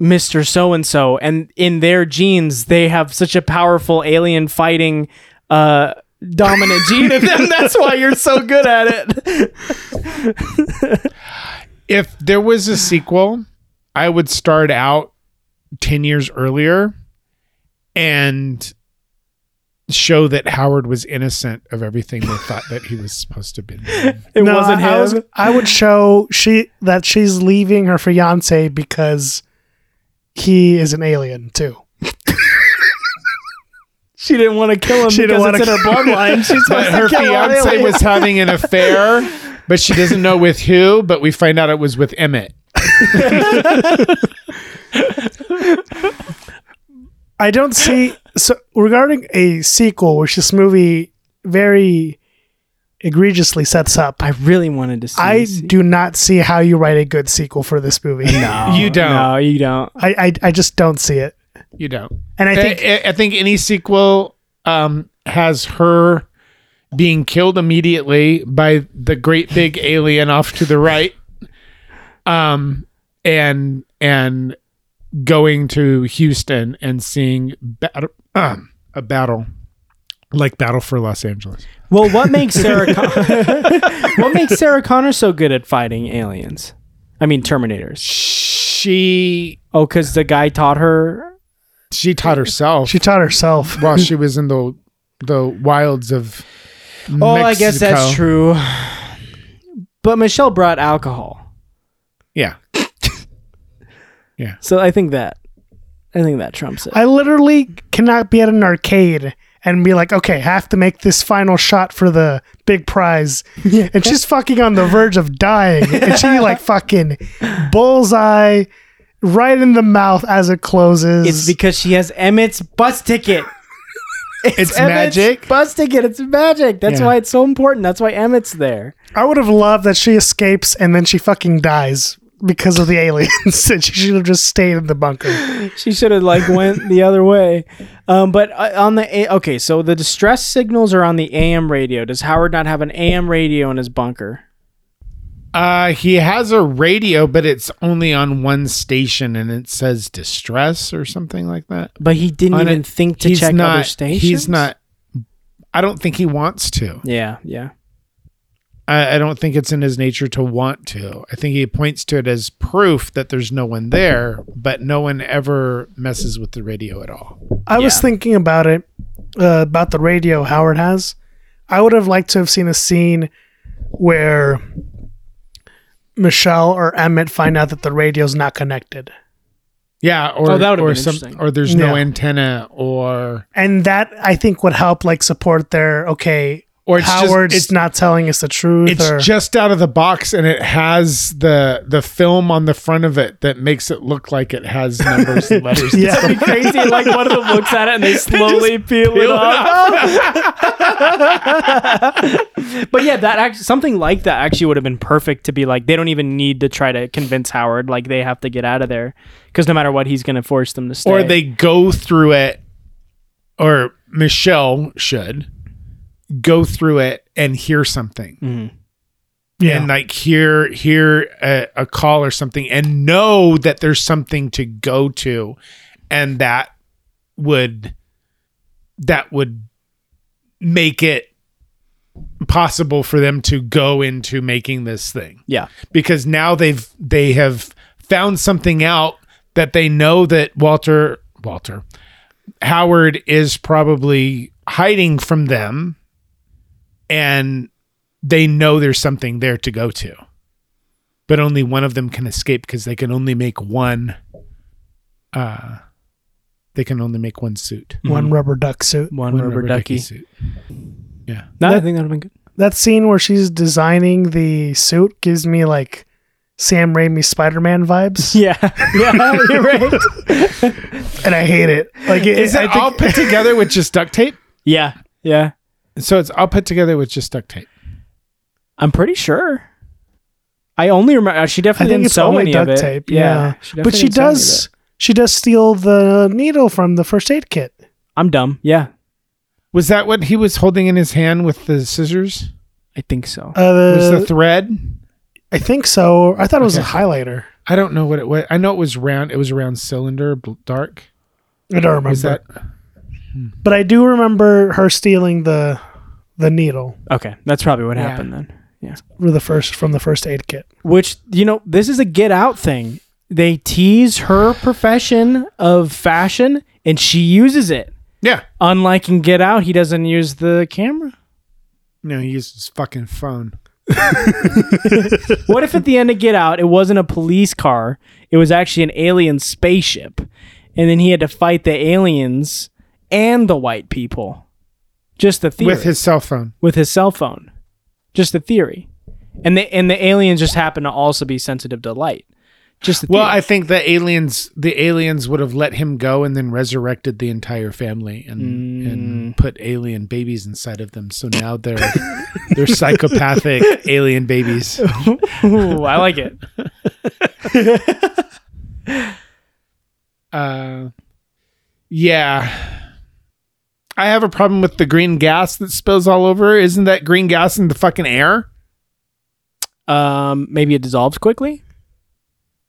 Mr. So and so. And in their genes, they have such a powerful alien fighting uh dominant gene in them. That's why you're so good at it.
If there was a sequel, I would start out 10 years earlier and show that Howard was innocent of everything they thought that he was supposed to have been. doing.
It wasn't
I, I was-
him.
I would show she that she's leaving her fiance because he is an alien too.
she didn't want to kill him
She didn't wanna
because it's in her
kill-
bloodline. She's supposed
But her
to kill all
fiance
aliens.
was having an affair, but she doesn't know with who. But we find out it was with Emmett.
I don't see so regarding a sequel, which this movie very egregiously sets up.
I really wanted to see
I
see-
do not see how you write a good sequel for this movie.
you don't.
No, you don't.
I, I I just don't see it.
You don't.
And I
Eh,
I
think
think, I, think any sequel um, has her being killed immediately by the great big alien off to the right. Um, and and going to Houston and seeing bat- um, a battle like Battle for Los Angeles.
Well, what makes Sarah Con- what makes Sarah Connor so good at fighting aliens? I mean Terminators.
She
Oh, because the guy taught her.
she taught herself
She taught herself.
while she was in the the wilds of.
Oh, I guess that's
Mexico.
true. But Michelle brought alcohol,
Yeah,
so I think that I think that trumps it.
I literally cannot be at an arcade and be like, okay, have to make this final shot for the big prize. And she's fucking on the verge of dying. And she like fucking bullseye right in the mouth as it closes.
it's because she has Emmett's bus ticket. It's, Emmett's
magic.
Bus ticket. It's magic. That's
Yeah.
why it's so important. That's why Emmett's there.
I would have loved that she escapes and then she fucking dies because of the aliens. and she should have just stayed in the bunker.
She should have like went the other way. Um, but uh, on the A- okay, so the distress signals are on the AM radio. Does Howard not have an AM radio in his bunker?
uh, he has a radio, but it's only on one station, and it says distress or something like that.
But he didn't
On
even
it-
think to
he's
check
not,
other stations.
He's not. I don't think he wants to.
Yeah, yeah.
I, I don't think it's in his nature to want to. I think he points to it as proof that there's no one there, but no one ever messes with the radio at all.
I was
Yeah.
thinking about it, uh, about the radio Howard has. I would have liked to have seen a scene where Michelle or Emmett find out that the radio's not connected.
Yeah, or
Oh, that would've
or
been
some,
interesting.
or there's no
Yeah.
antenna, or
And that I think would help like support their okay
or it's
Howard's
just, it's,
not telling us the truth
it's
or
just out of the box, and it has the the film on the front of it that makes it look like it has numbers and letters.
yeah.
Crazy. Like one of them looks at it and they slowly peel, it off. but yeah, that act- something like that actually would have been perfect to be like they don't even need to try to convince Howard like they have to get out of there because no matter what he's going to force them to stay.
or they go through it, or Michelle should go through it and hear something.
Mm-hmm.
and like hear hear a, a call or something and know that there's something to go to and that would that would make it possible for them to go into making this thing
yeah.
because now they've they have found something out that they know that Walter Walter Howard is probably hiding from them and they know there's something there to go to but only one of them can escape because they can only make one uh they can only make one suit
one rubber duck suit.
One,
One
Mm-hmm. rubber, ducky.
suit yeah
No, I think that would have been good.
That scene where she's designing the suit gives me like Sam Raimi Spider Man vibes.
Yeah, yeah, you're right.
And I hate it. Like it,
is
I
it
think-
all put together with just duct tape
Yeah, yeah.
so it's all put together with just duct tape
I'm pretty sure. I only remember
I
she definitely
think
didn't
it's
sew
only
any
duct
of it.
tape. Yeah,
definitely
but she
didn't sew any of it.
does. She does steal the needle from the first aid kit.
I'm dumb. Yeah,
Was that what he was holding in his hand with the scissors?
I think so.
was
Uh,
the thread?
I think so. I thought it was
Okay.
a highlighter.
I don't know what it was. I know it was round. It was a round cylinder, bl- dark.
I don't remember.
Was that?
But I do remember her stealing the the needle
okay, that's probably what
Yeah.
happened then. Yeah.
from the first from the first aid kit.
Which you know, this is a Get Out thing. They tease her profession of fashion, and she uses it.
Yeah.
Unlike in Get Out, he doesn't use the camera.
No, he used his fucking phone.
What if at the end of Get Out, it wasn't a police car? It was actually an alien spaceship. And then he had to fight the aliens and the white people. Just the theory.
With his cell phone.
with his cell phone. Just the theory. And the, and the aliens just happen to also be sensitive to light. Just the
Well,
theory.
I think the aliens, the aliens would have let him go and then resurrected the entire family and and put alien babies inside of them. So now they're they're psychopathic alien babies.
Ooh, I like it.
uh yeah i have a problem with the green gas that spills all over isn't that green gas in the fucking air
Um, maybe it dissolves quickly.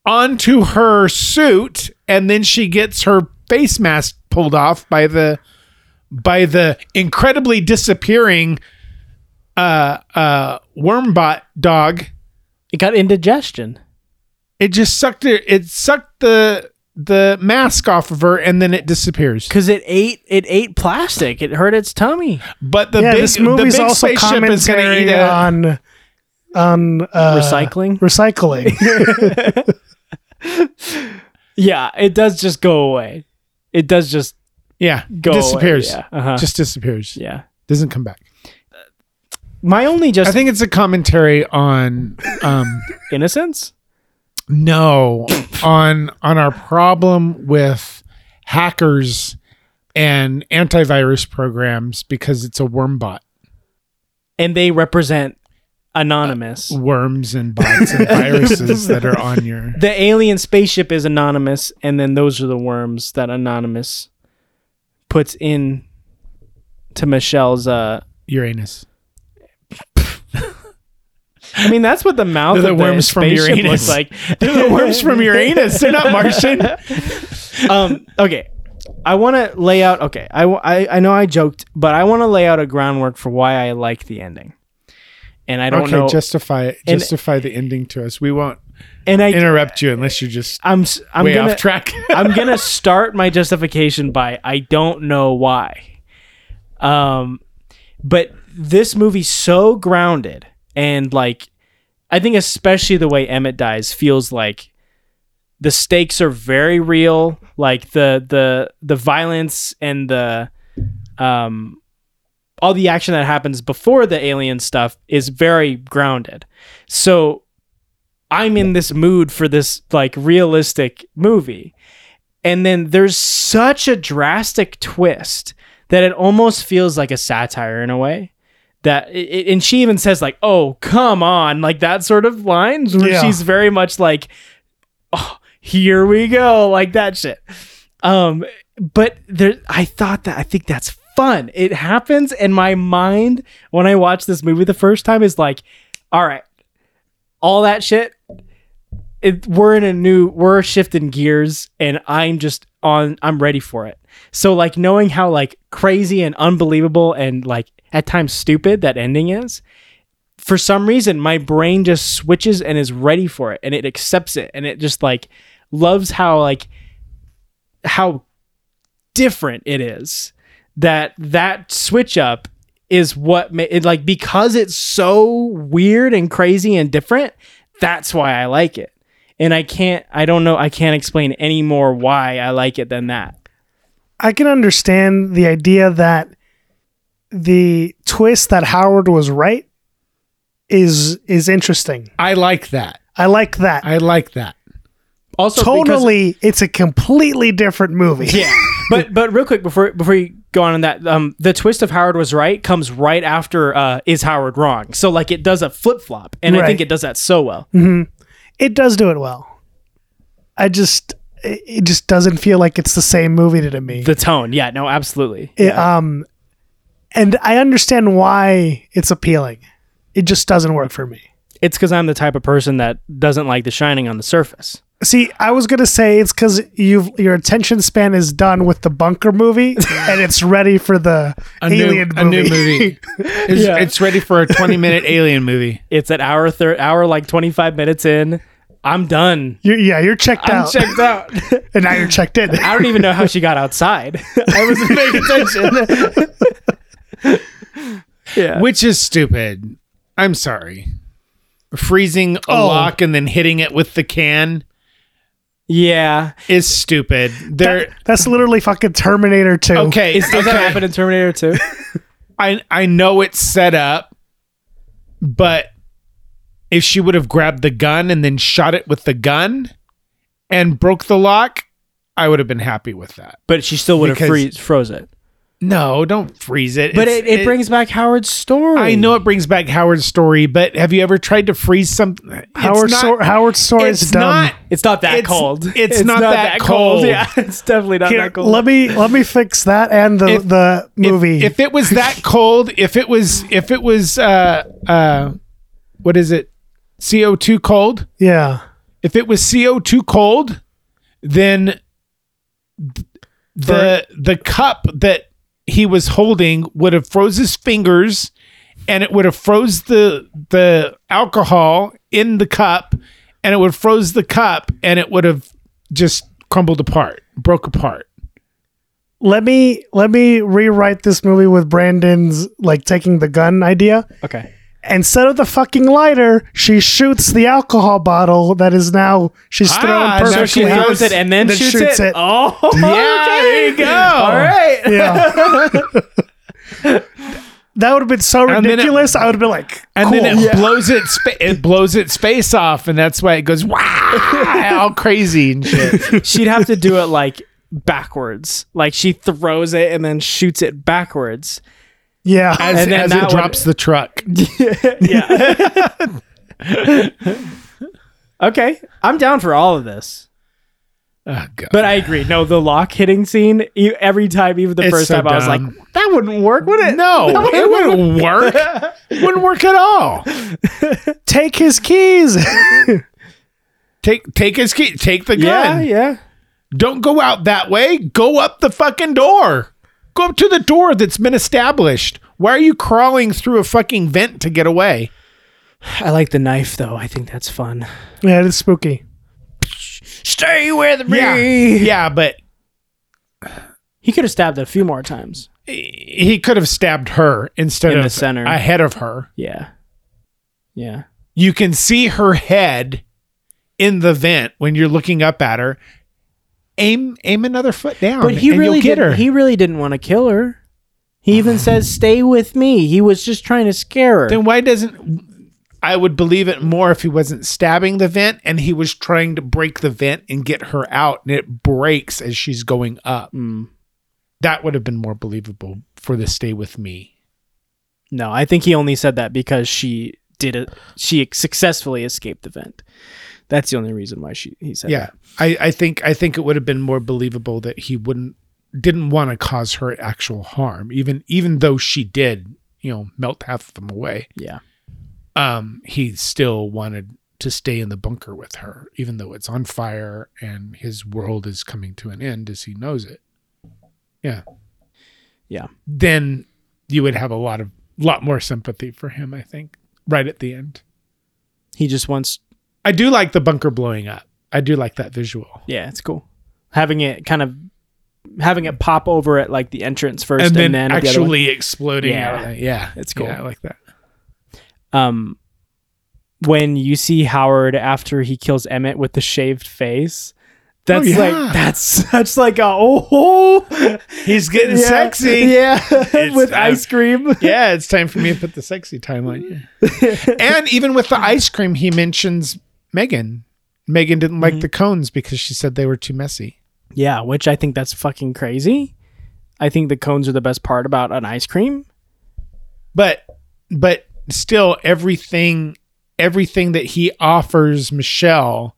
onto her suit and then she gets her face mask pulled off by the by the incredibly disappearing uh uh wormbot dog
It got indigestion.
it just sucked her it sucked the the mask off of her and then it disappears
Cause it ate it ate plastic. It hurt its tummy.
but the
yeah,
big
this movie's
the big
also
spaceship is gonna eat
commentary
it
on on uh,
Recycling.
recycling.
yeah, it does just go away. It does just
yeah
go away.
disappears
Yeah. uh-huh.
just disappears
yeah.
doesn't come back
My only just
i think it's a commentary on um
innocence.
no on on our problem with hackers and antivirus programs because it's a worm bot
and they represent anonymous.
Uh, worms and bots and viruses that are on your
the alien spaceship is anonymous, and then those are the worms that anonymous puts in to Michelle's. Uh,
uranus
I mean, that's what the mouth
They're the
of
worms
the
from
spaceship
Uranus.
looks like.
they're the worms from uranus they're not martian
um, okay. I want to lay out. Okay, I, w- I- I know I joked, but I want to lay out a groundwork for why I like the ending. And I don't
okay
know.
justify it
And-
justify the ending to us we won't
and I,
interrupt you unless you're just
I'm s- I'm
way
gonna,
off track
I'm gonna start my justification by I don't know why. Um, but this movie's so grounded and like, I think especially the way Emmett dies feels like the stakes are very real. Like the the the violence and the um all the action that happens before the alien stuff is very grounded. So I'm in this mood for this like realistic movie and then there's such a drastic twist that it almost feels like a satire in a way that i- i- and she even says like oh come on like that sort of lines where
Yeah.
she's very much like oh here we go like that shit um but there i thought that i think that's fun it happens and my mind when i watched this movie the first time is like all right all that shit it, we're in a new we're shifting gears and i'm just on i'm ready for it so like knowing how like crazy and unbelievable and like at times stupid that ending is for some reason my brain just switches and is ready for it and it accepts it and it just like loves how like how different it is that that switch up is what ma- it like because it's so weird and crazy and different that's why i like it and i can't i don't know i can't explain any more why i like it than that
I can understand the idea that the twist that Howard was right is is interesting.
i like that
I like that.
i like that
also because-
totally, it's a completely different movie.
yeah but but real quick before before you go on in that um the twist of howard was right comes right after uh is howard wrong so like it does a flip-flop and i think
Right.
it does that so well
it does do it well. I just it it just doesn't feel like it's the same movie to me.
the tone yeah no absolutely
It, um, and I understand why it's appealing. It just doesn't work for me.
it's because i'm the type of person that doesn't like the shining on the surface
See, I was gonna say it's because you've your attention span is done with the bunker movie, and it's ready for the
a
alien
new, a
movie.
new movie it's,
Yeah.
it's ready for a 20 minute alien movie
it's at hour thir- hour like 25 minutes in i'm done
You're- yeah, you're checked
i'm
out,
checked out
and now you're checked in.
i don't even know how she got outside i wasn't paying attention yeah
which is stupid i'm sorry freezing a lock and then hitting it with the can
yeah
is stupid there
That- that's literally fucking Terminator 2.
okay
Is, does that
okay.
happen in terminator 2
I I know it's set up, but if she would have grabbed the gun and then shot it with the gun and broke the lock, I would have been happy with that.
but she still would have
Because-
freeze froze it
No, don't freeze it.
but
It's-
it, it, brings back howard's story
I know it brings back Howard's story, but have you ever tried to freeze something?
Howard Sor- Howard Sor is
It's
dumb.
not.
it's not that
It's-
cold
it's not that cold.
yeah it's definitely not
Here,
that cold
let me let me fix that and the
If-
the
If-
movie.
If, it was that cold, if it was, if it was, uh, uh, what is it? CO2 cold?
yeah,
If it was CO2 cold, then th- the the cup that he was holding would have froze his fingers and it would have froze the the alcohol in the cup and it would have froze the cup and it would have just crumbled apart, broke apart.
Let me let me rewrite this movie with Brandon's like taking the gun idea.
Okay.
Instead of the fucking lighter, she shoots the alcohol bottle that is now she's
Ah,
thrown
so she
perfectly.
She
Yeah.
throws it and then,
Then
shoots,
shoots
it.
it.
Oh,
Yeah, there you go.
All right.
Yeah. that would have been so
And then it-
ridiculous. I would have been like,
And then it
cool.
blows its fa- it blows its face off, and that's why it goes wow, all crazy and shit.
She'd have to do it like backwards. Like she throws it and then shoots it backwards.
yeah.
As,
And then
as
that
it
would-
drops the truck.
yeah. okay. I'm down for all of this.
Oh, God.
But I agree. No, the lock hitting scene, you, every time, even the
It's
first
so
time, I was like,
dumb.
that wouldn't work, would it?
no, it wouldn't work. It wouldn't work at all.
Take his keys.
Take take his key. Take the
Yeah,
gun.
yeah.
Don't go out that way. Go up the fucking door. Go up to the door that's been established. Why are you crawling through a fucking vent to get away?
I like the knife, though. I think that's fun.
yeah, it's spooky.
Stay with
Yeah, yeah, but
He could have stabbed it a few more times.
he could have stabbed her instead
In
of
the center.
ahead of her.
Yeah. Yeah.
you can see her head in the vent when you're looking up at her. Aim aim another foot down,
But he
and
really
you'll get
didn't,
her.
he really didn't want to kill her. He even says, "Stay with me." He was just trying to scare her.
then why doesn't I would believe it more if he wasn't stabbing the vent and he was trying to break the vent and get her out, and it breaks as she's going up.
Mm.
That would have been more believable for the stay with me.
No, I think he only said that because she did it. She successfully escaped the vent. That's the only reason why she he said.
Yeah, I, I think I think it would have been more believable that he wouldn't didn't want to cause her actual harm, even even though she did, you know, melt half of them away.
that. yeah.
um, he still wanted to stay in the bunker with her, even though it's on fire and his world is coming to an end as he knows it. Yeah.
Yeah.
Then you would have a lot of lot more sympathy for him, I think, right at the end.
He just wants.
I do like the bunker blowing up. I do like that visual.
Yeah, it's cool having it kind of having it pop over at like the entrance first, and then, at the other one.
actually exploding. out of
Yeah.
it. yeah.
It's cool.
Yeah, I like that.
um when you see Howard after he kills Emmett with the shaved face. That's
Oh, yeah.
like that's such like a oh
He's getting
Yeah.
sexy.
yeah with
uh,
ice cream
yeah, it's time for me to put the sexy timeline. and even with the ice cream, he mentions Megan. Megan didn't
Mm-hmm.
like the cones because she said they were too messy.
yeah which I think that's fucking crazy I think the cones are the best part about an ice cream
But but still everything everything that he offers Michelle,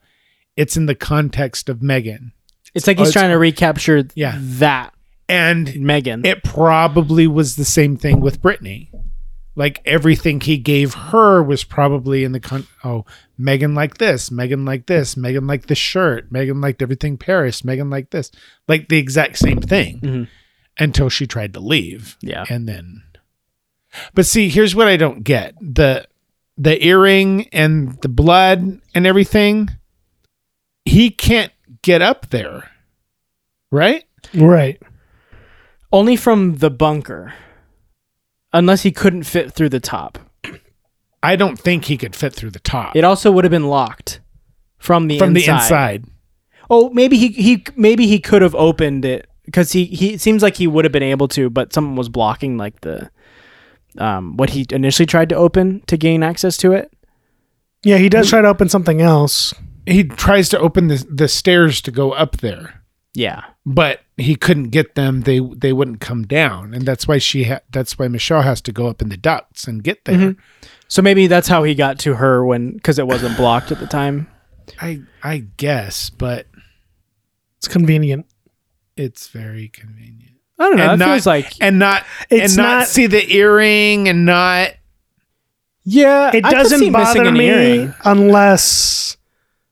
it's in the context of Megan.
it's like he's
Oh, it's-
trying to recapture th-
Yeah.
that
And
Megan
it probably was the same thing with Brittany. Like everything he gave her was probably in the con. Oh, Megan liked this. Megan liked this. Megan liked the shirt. Megan liked everything Paris. Megan liked this. Like the exact same thing
Mhm.
until she tried to leave.
Yeah.
and then. But see, here's what I don't get the the earring and the blood and everything. He can't get up there, right?
Right.
only from the bunker unless he couldn't fit through the top
I don't think he could fit through the top.
it also would have been locked from the
from the
inside.
inside.
Oh, maybe he he maybe he could have opened it because he he it seems like he would have been able to, but someone was blocking like the um what he initially tried to open to gain access to it.
Yeah, he does try to open something else.
He tries to open the, the stairs to go up there,
Yeah,
but he couldn't get them. They they wouldn't come down, and that's why she ha- that's why Michelle has to go up in the ducts and get there.
so maybe that's how he got to her when because it wasn't blocked at the time.
I I guess, but
It's convenient.
it's very convenient.
I don't know. it
not,
feels like
and not
It's
and not,
not-
see the earring and not
yeah,
It
I could see
doesn't
missing
bother
an
me
earring.
unless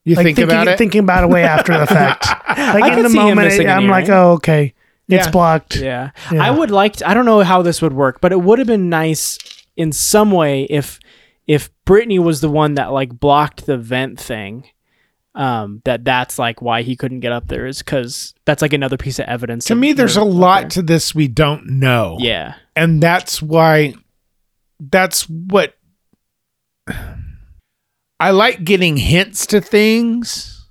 You
like
think
thinking,
about it.
thinking about it way after the fact. Like
I
in
could
the
see him
moment,
missing
it-
an
I'm like,
earring.
oh, okay, it's
Yeah.
blocked.
Yeah.
Yeah.
I would like to, I don't know how this would work, but it would have been nice in some way if if Brittany was the one that like blocked the vent thing. Um that that's like why he couldn't get up there is cuz that's like another piece of evidence.
to
that
me, there's
they're
a
up
lot
there.
to this we don't know.
Yeah.
and that's why that's what I like getting hints to things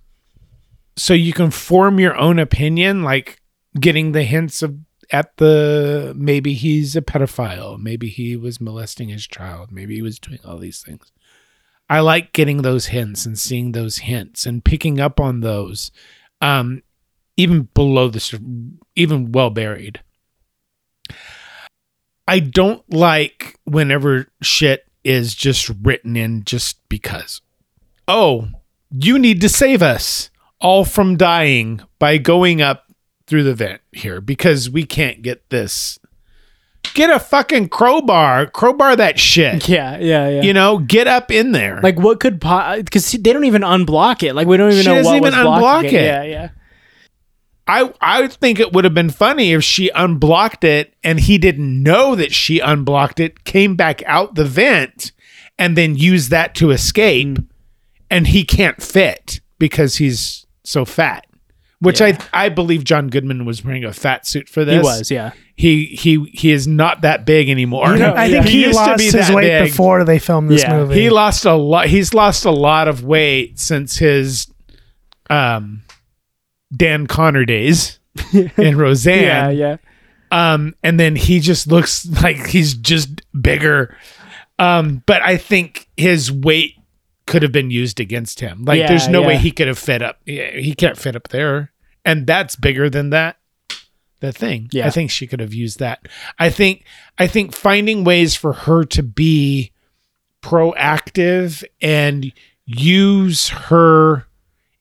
so you can form your own opinion like getting the hints of at the maybe he's a pedophile, maybe he was molesting his child, maybe he was doing all these things. I like getting those hints and seeing those hints and picking up on those um even below the sur- even well buried. I don't like whenever shit is just written in just because. Oh, you need to save us all from dying by going up through the vent here because we can't get this. Get a fucking crowbar, crowbar that shit.
Yeah, yeah, yeah.
You know, get up in there.
like what could po- cuz they don't even unblock it. Like we don't even
She
know
doesn't
what
even
was blocking
unblock it.
Yeah, yeah.
I I think it would have been funny if she unblocked it and he didn't know that she unblocked it, came back out the vent, and then used that to escape,
Mm.
and he can't fit because he's so fat. Which I I believe John Goodman was wearing a fat suit for this.
He was, yeah.
He he he is not that big anymore.
You know, I think he, lost his
that
weight
big.
before they filmed this
Yeah,
movie.
He lost a lot. He's lost a lot of weight since his um, Dan Connor days in Roseanne.
Yeah, yeah.
Um, and then he just looks like he's just bigger. Um, but I think his weight could have been used against him. Like,
Yeah,
there's no way
yeah.
he could have fit up. Yeah, He can't fit up there, and that's bigger than that. The thing.
Yeah.
I think she could have used that. I think. I think finding ways for her to be proactive and use her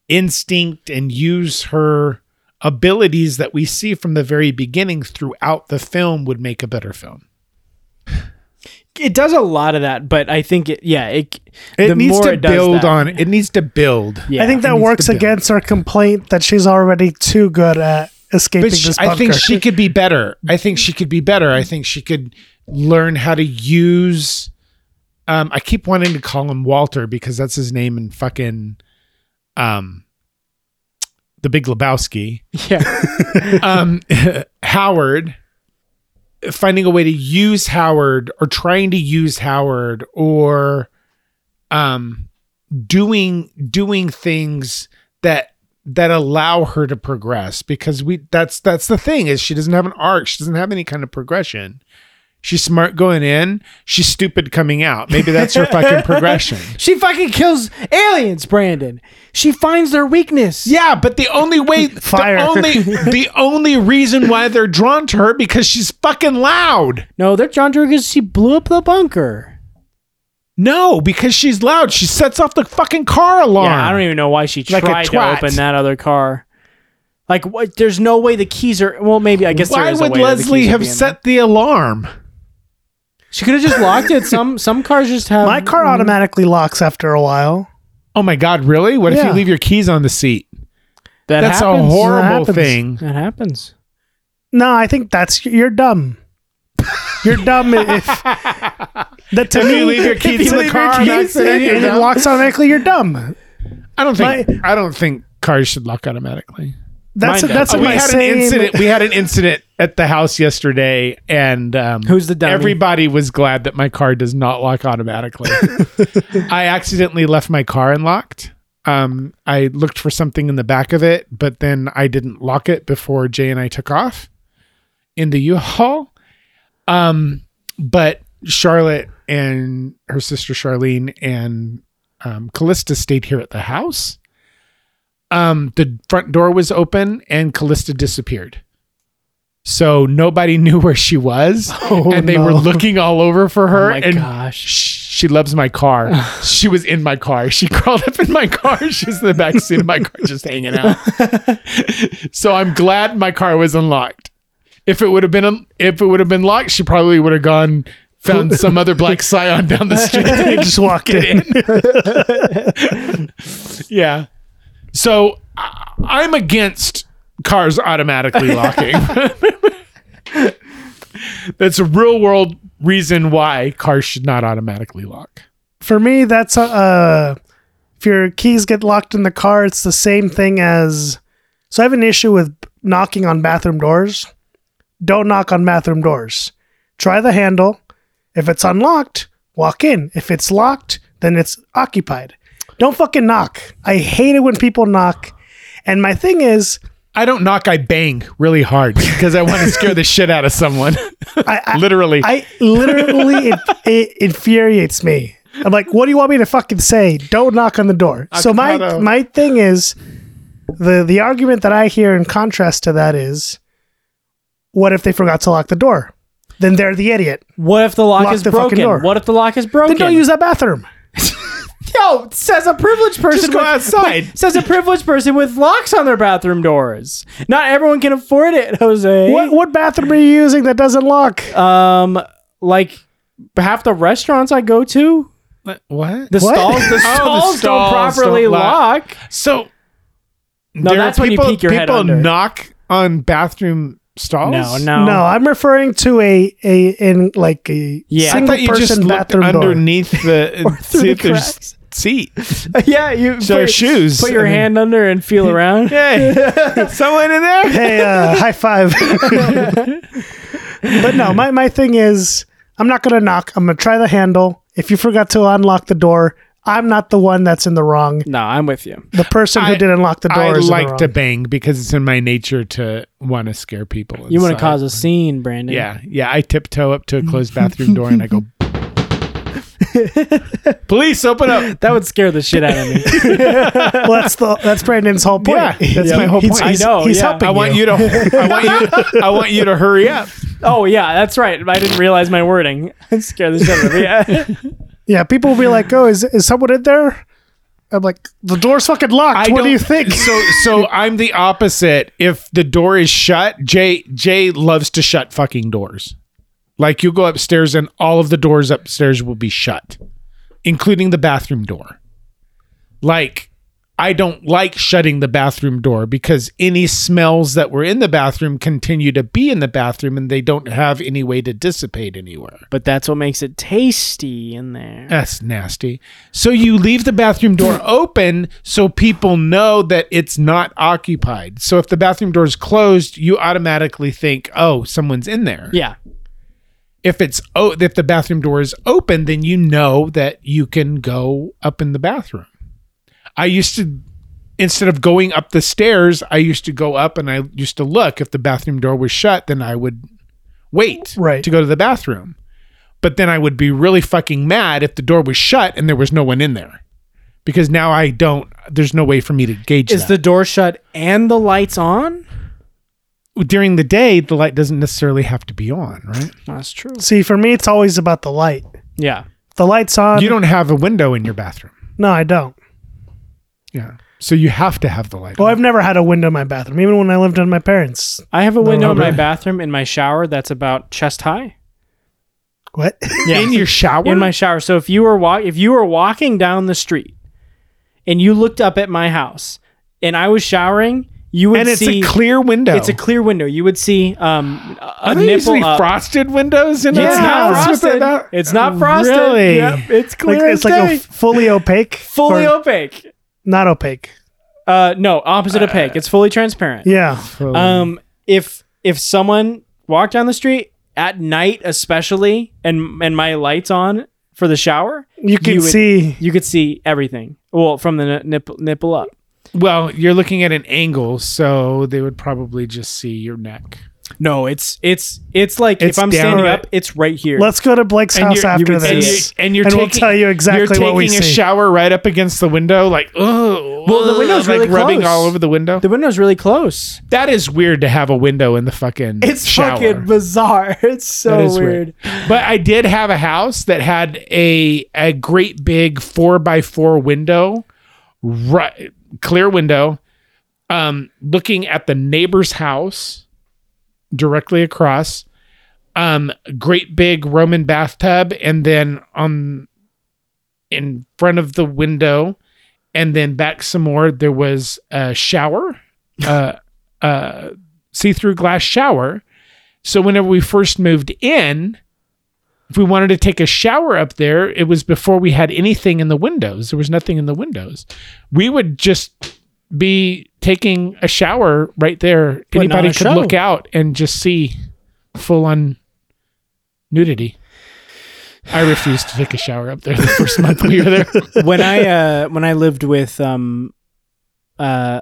instinct and use her abilities that we see from the very beginning throughout the film would make a better film.
It does a lot of that, but I think it yeah, it
It
the
needs
more
to
it does
build
that-
on. It needs to build.
Yeah.
I think
It
that
needs
works
to build.
against her complaint that she's already too good at escaping
But she-
this bunker.
I think she could be better. I think she could be better. I think she could learn how to use. Um, I keep wanting to call him Walter because that's his name in fucking, um, the Big Lebowski.
yeah.
um, Howard finding a way to use Howard or trying to use Howard or um, doing doing things that that allow her to progress because we that's that's the thing is she doesn't have an arc she doesn't have any kind of progression she's smart going in she's stupid coming out maybe that's her fucking progression
She fucking kills aliens, Brandon. She finds their weakness.
Yeah, but the only way,
Fire.
the only, the only reason why they're drawn to her because she's fucking loud.
No, they're John Drew because she blew up the bunker.
No, because she's loud. She sets off the fucking car alarm.
Yeah, I don't even know why she
Like a
tried to
twat.
open that other car. Like, what? There's no way the keys are. Well, maybe I guess. there
why
is a
would
way that the
Leslie
keys would
have
be in
set the alarm?
there. She could have just locked it. Some some cars just have.
My car automatically locks after a while.
Oh my god, really? What if
Yeah.
you leave your keys on the seat?
That
That's
happens.
a horrible
happens.
thing.
That happens.
No, I think that's you're dumb. You're dumb if that to
If
me
you leave your keys
if you
in the
leave your
car on
keys
accident,
and-
you're
and it
dumb.
locks automatically. You're dumb.
I don't think I don't think cars should lock automatically.
That's
Mine does.
that's
Oh,
what
we
my
had
same.
an incident. We had an incident at the house yesterday, and um,
Who's the dummy? Oh
Everybody was glad that my car does not lock automatically. I accidentally left my car unlocked. Um, I looked for something in the back of it, but then I didn't lock it before Jay and I took off in the U-Haul. Um, but Charlotte and her sister Charlene and um, Callista stayed here at the house. Um, the front door was open and Callista disappeared. So nobody knew where she was,
Oh,
and they
no.
were looking all over for her.
Oh my
and
gosh.
she loves my car. she was in my car. She crawled up in my car. She's in the back seat of my car, just hanging out. so I'm glad my car was unlocked. If it would have been un- if it would have been locked, she probably would have gone found some other black scion down the street.
They just walked in.
yeah. So I- I'm against cars automatically locking. That's a real world reason why cars should not automatically lock.
For me, that's a, uh, if your keys get locked in the car, it's the same thing as. So I have an issue with knocking on bathroom doors. Don't knock on bathroom doors. Try the handle. If it's unlocked, walk in. If it's locked, then it's occupied. Don't fucking knock. I hate it when people knock. And my thing is,
I don't knock, I bang really hard because I want to scare the shit out of someone.
I, I,
Literally.
I literally it, it infuriates me. I'm like, what do you want me to fucking say? Don't knock on the door. So my
Avocado.
my thing is the the argument that I hear in contrast to that is what if they forgot to lock the door? Then they're the idiot.
What if the lock,
Lock
is
the fucking
broken?
door.
What if the lock is broken?
Then don't use that bathroom.
Yo, says a privileged person.
Just go
with-
outside.
Says a privileged person with locks on their bathroom doors. Not everyone can afford it, Jose.
What what bathroom are you using that doesn't lock?
Um, like half the restaurants I go to,
what?
the
What?
stalls, the
Oh, the
stalls,
stalls
don't properly
don't lock.
lock.
So
No,
there are
that's when you
people-
peek your head
people
under.
knock on bathroom stalls.
No, no,
Oh, No, I'm referring to a a in like a
Yeah.
I
I
single
thought you just
person
looked
bathroom door.
underneath the and
through
see
the
if there's
cracks.
seat.
yeah, you
So your shoes,
Put your
I mean-
hand under and feel around.
Hey, someone in there?
hey, uh, high five. but no, my, my thing is I'm not going to knock. I'm going to try the handle. If you forgot to unlock the door, I'm not the one that's in the wrong.
No, I'm with you.
The person who
I-
didn't lock the door
I
is in
like
the
to
wrong.
bang because it's in my nature to want to scare people.
You want to
inside.
cause a scene, Brandon?
Yeah, yeah. I tiptoe up to a closed bathroom door and I go, "Police, open up!"
that would scare the shit out of me.
well, that's the that's Brandon's whole point.
Yeah, that's
He-
my whole
he's-
point.
I know,
He's
yeah.
helping.
I want you to. I want you. I want you to hurry up.
oh yeah, that's right. I didn't realize my wording. I'd scare the shit out of me. Yeah.
Yeah, people will be like, "Oh, is is someone in there?" I'm like, "The door's fucking locked. what do
don't-
you think?"
So, so I'm the opposite. If the door is shut, Jay Jay loves to shut fucking doors. Like you go upstairs and all of the doors upstairs will be shut, including the bathroom door. Like I don't like shutting the bathroom door because any smells that were in the bathroom continue to be in the bathroom and they don't have any way to dissipate anywhere.
But that's what makes it tasty in there.
That's nasty. So you leave the bathroom door open so people know that it's not occupied. So if the bathroom door is closed, you automatically think, "Oh, someone's in there."
Yeah.
If it's oh, if the bathroom door is open, then you know that you can go up in the bathroom. I used to instead of going up the stairs, I used to go up and I used to look if the bathroom door was shut, then I would wait
Right.
to go to the bathroom. But then I would be really fucking mad if the door was shut and there was no one in there. Because now I don't there's no way for me to gauge
Is
that.
the door shut and the lights on?
During the day, the light doesn't necessarily have to be on, right?
That's true.
See, for me, it's always about the light.
Yeah.
The lights on.
You don't have a window in your bathroom.
no, I don't.
Yeah. So you have to have the light.
Well,
on.
I've never had a window in my bathroom, even when I lived in my parents.
I have a window in my
really.
bathroom in my shower that's about chest high.
What?
In your shower?
in my shower. So if you were walk if you were walking down the street and you looked up at my house and I was showering, you would
and it's
see
a clear window.
it's a clear window. You would see um a- a
Are there usually
nipple up.
frosted windows in
it's
a
not
house with
frosted.
that-
It's not frosted.
Really?
Yep, it's clear
like,
as
it's like
day.
a f- fully opaque.
fully
or
opaque.
not opaque.
Uh, no, opposite opaque. It's fully transparent.
Yeah,
Um, if if someone walked down the street at night, especially, and and my lights on for the shower,
you can
would-
see.
you could see everything. Well, from the ni- nipple nipple up.
Well, you're looking at an angle, so they would probably just see your neck.
No, it's it's it's like
It's
if I'm
down
standing
right-
up, it's right here.
Let's go to Blake's
And
house
you're- you
after
would see
And, you,
this.
and you're
And
taking,
we'll tell you exactly
you're
what
taking
we
a
see.
shower right up against the window, like oh,
Well, the window's
like
really
rubbing
close.
all over the window.
the window's really close.
that is weird to have a window in the fucking
It's
shower.
fucking bizarre. It's
That
so
is
weird.
But I did have a house that had a a great big four by four window, right, clear window, um, looking at the neighbor's house directly across. Um, great big Roman bathtub, and then on in front of the window and then back some more there was a shower uh, uh, see-through glass shower so whenever we first moved in if we wanted to take a shower up there it was before we had anything in the windows there was nothing in the windows we would just be taking a shower right there
Putting on
anybody
a
could
show.
look out and just see full-on nudity i refused to take a shower up there the first month we were there
when I uh, when I lived with um, uh,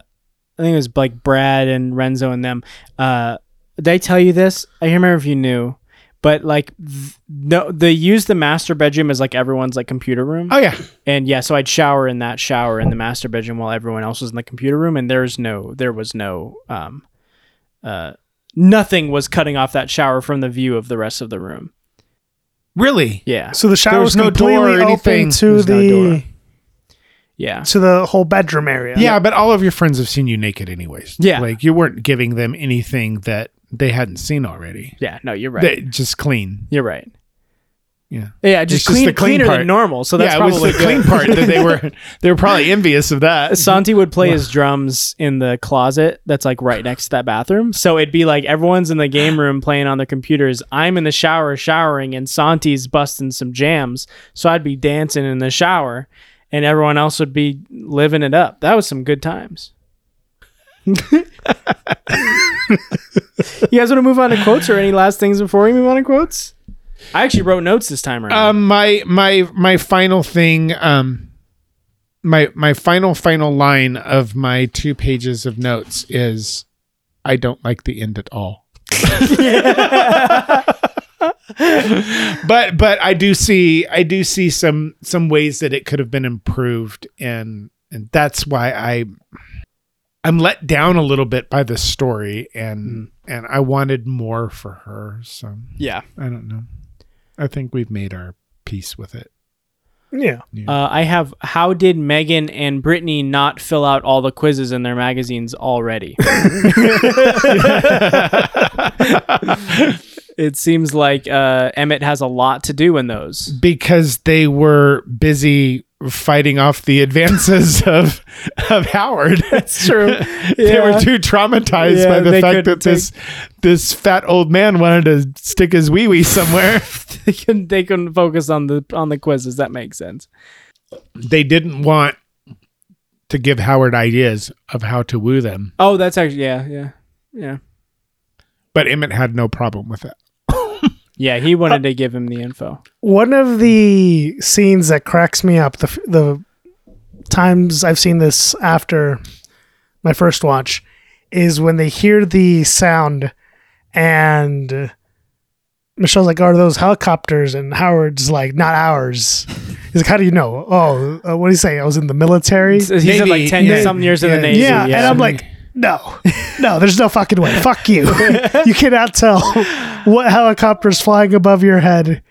I think it was like Brad and Renzo and them. Uh, did I tell you this? I can't remember if you knew, but like th- no, they use the master bedroom as like everyone's like computer room.
oh yeah
And yeah, so I'd shower in that shower in the master bedroom while everyone else was in the computer room, and there's no, there was no, um, uh, nothing was cutting off that shower from the view of the rest of the room.
Really?
Yeah,
So the shower
was
was
no door or
completely
anything.
open
There
to
was no door.
the
yeah,
to the whole bedroom area.
Yeah, but all of your friends have seen you naked anyways.
Yeah.
Like you weren't giving them anything that they hadn't seen already.
yeah. No, you're right.
They just clean.
you're right.
Yeah.
Yeah,
It's
just,
just
clean,
the clean
cleaner
part.
than normal. So that's
yeah, it
probably
was the clean part that they were they were probably envious of that.
Santi would play his drums in the closet that's like right next to that bathroom. So it'd be like everyone's in the game room playing on their computers. I'm in the shower showering and Santi's busting some jams. So I'd be dancing in the shower and everyone else would be living it up. That was some good times. you guys want to move on to quotes or any last things before we move on to quotes? I actually wrote notes this time around.
um my my my final thing um my my final final line of my two pages of notes is I don't like the end at all. but but I do see I do see some some ways that it could have been improved and and that's why I I'm let down a little bit by the story and and I wanted more for her so
yeah.
I don't know. I think we've made our peace with it.
Yeah.
Uh, I have. How did Megan and Brittany not fill out all the quizzes in their magazines already? it seems like uh, Emmett has a lot to do in those.
Because they were busy fighting off the advances of of Howard. That's true. they
Yeah.
were too traumatized by
Yeah,
the
they
fact that
couldn't
this this fat old man wanted to stick his wee wee somewhere.
they, couldn't, they couldn't focus on the on the quizzes. That makes sense.
they didn't want to give Howard ideas of how to woo them,
Oh, that's actually yeah, yeah, yeah,
but Emmett had no problem with it.
yeah. He wanted to give him the info.
One of the scenes that cracks me up the f- the times I've seen this after my first watch is when they hear the sound and Michelle's like, "Are those helicopters?" And Howard's like, "Not ours." He's like, "How do you know?" Oh, uh, what do you say? I was in the military.
He said
Navy,
like ten
yeah.
some years in
Yeah.
the navy.
Yeah, and I'm like, no, no, there's no fucking way. Fuck you. you cannot tell what helicopter's flying above your head.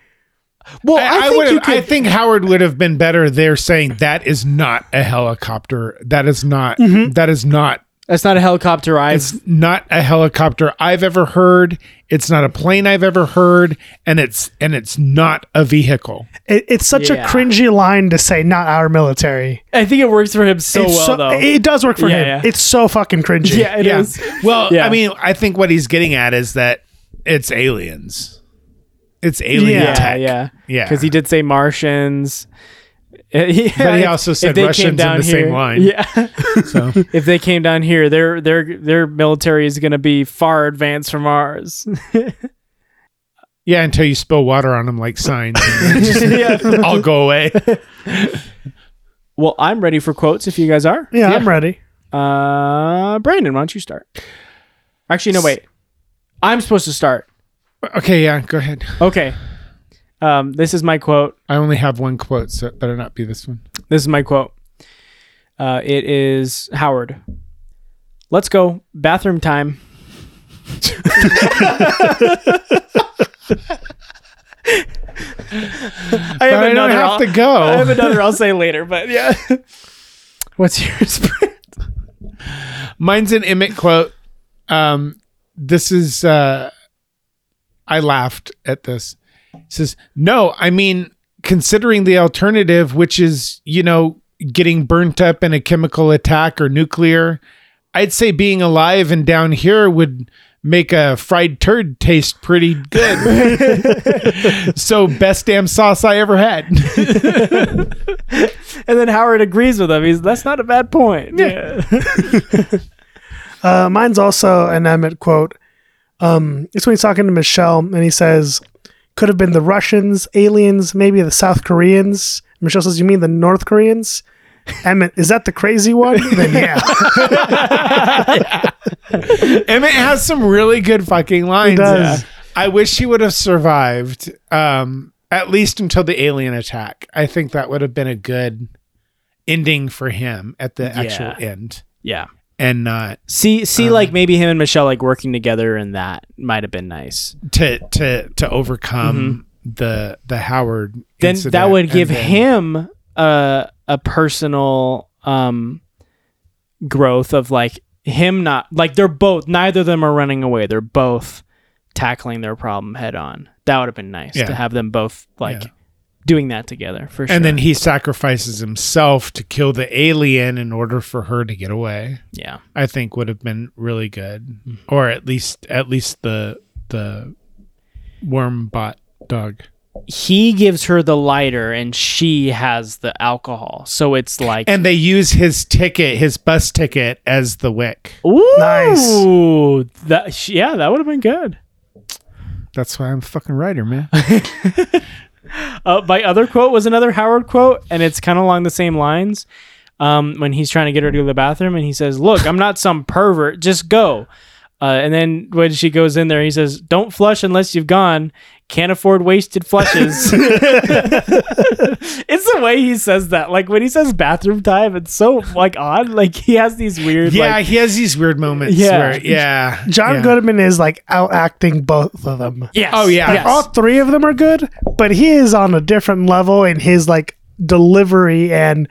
Well, I, I, would. I think Howard would have been better there, saying that is not a helicopter. That is not.
Mm-hmm.
that is not.
that's not a helicopter. I
It's not a helicopter I've ever heard. It's not a plane I've ever heard, and it's and it's not a vehicle.
It, it's such
Yeah.
a cringy line to say, not our military.
I think it works for him so
It's
Oh, well
so-
though.
It does work for
Yeah,
him.
yeah.
It's so fucking cringy.
yeah, it is.
Yeah. Well,
Yeah.
I mean, I think what he's getting at is that it's aliens. It's alien
Yeah.
yeah,
tech.
Yeah,
Yeah.
Because he did say Martians. but
But he also said Russians in the
here,
same line.
Yeah.
So
if they came down here, their their their military is going to be far advanced from ours.
yeah, until you spill water on them like signs, and
yeah.
I'll go away.
Well, I'm ready for quotes if you guys are.
Yeah, I'm ready.
Uh, Brandon, why don't you start? Actually, no, wait. I'm supposed to start.
Okay, yeah, go ahead.
Okay. Um, this is my quote.
I only have one quote, so it better not be this one.
This is my quote. Uh, it is Howard. Let's go. Bathroom time. I
But
have
I don't
another.
have
I'll,
to go.
I have another. I'll say later. But yeah. What's yours?
Mine's an Emmett quote. Um, this is uh, I laughed at this. It says, "No, I mean considering the alternative, which is you know getting burnt up in a chemical attack or nuclear. I'd say being alive and down here would make a fried turd taste pretty good. so best damn sauce I ever had.
And then Howard agrees with him. He's that's not a bad point. Yeah.
Uh, mine's also an Emmett quote. Um, it's when he's talking to Michelle and he says, could have been the Russians, aliens, maybe the South Koreans. Michelle says, you mean the North Koreans? Emmett, is that the crazy one? Then yeah.
Emmett has some really good fucking lines.
does.
I wish he would have survived um, at least until the alien attack. I think that would have been a good ending for him at the actual
Yeah.
end
yeah.
and not
See see like maybe him and Michelle like working together and that might have been nice.
to to to overcome the the Howard.
Mm-hmm. Then
incident
that would
and
give
then-
him a a personal um growth of like him not like they're both neither of them are running away. They're both tackling their problem head on. That would have been nice
Yeah.
to have them both like
Yeah.
doing that together for sure.
And then he sacrifices himself to kill the alien in order for her to get away.
yeah.
I think would have been really good, or at least at least the the worm bot dog.
he gives her the lighter and she has the alcohol. So it's like
And they use his ticket, his bus ticket, as the wick.
ooh,
Nice.
That sh- yeah, that would have been good.
That's why I'm a fucking writer, man.
Uh, my other quote was another Howard quote, and it's kind of along the same lines. Um, when he's trying to get her to the bathroom, and he says, "Look, I'm not some pervert. Just go." Uh, and then when she goes in there, he says, "Don't flush unless you've gone. Can't afford wasted flushes." it's the way he says that. Like when he says bathroom time, it's so like odd. Like he has these weird.
yeah,
like,
he has these weird moments.
Yeah.
where, yeah.
John
yeah.
Goodman is like out acting both of them.
Yes.
Oh, yeah.
Like,
Yes.
All three of them are good, but he is on a different level in his like delivery and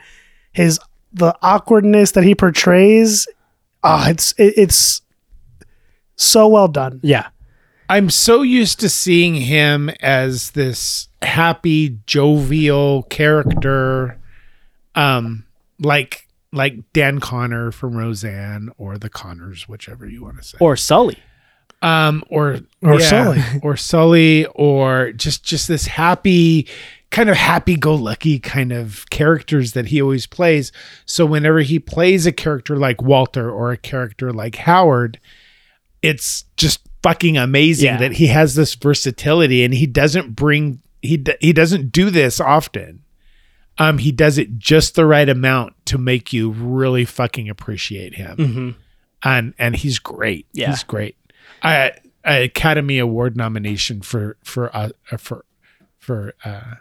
his the awkwardness that he portrays. Ah, it's it, it's so well done.
Yeah.
I'm so used to seeing him as this happy, jovial character, um, like like Dan Connor from Roseanne or the Connors, whichever you want to say,
Or Sully.
um, or
Or Sully.
or Sully, or just just this happy, kind of happy-go-lucky kind of characters that he always plays. So whenever he plays a character like Walter or a character like Howard, it's just fucking amazing
Yeah.
that he has this versatility and he doesn't bring he d- he doesn't do this often. Um, he does it just the right amount to make you really fucking appreciate him
Mm-hmm.
and and he's great.
Yeah.
he's great. I, I Academy Award nomination for for uh, uh, for for uh,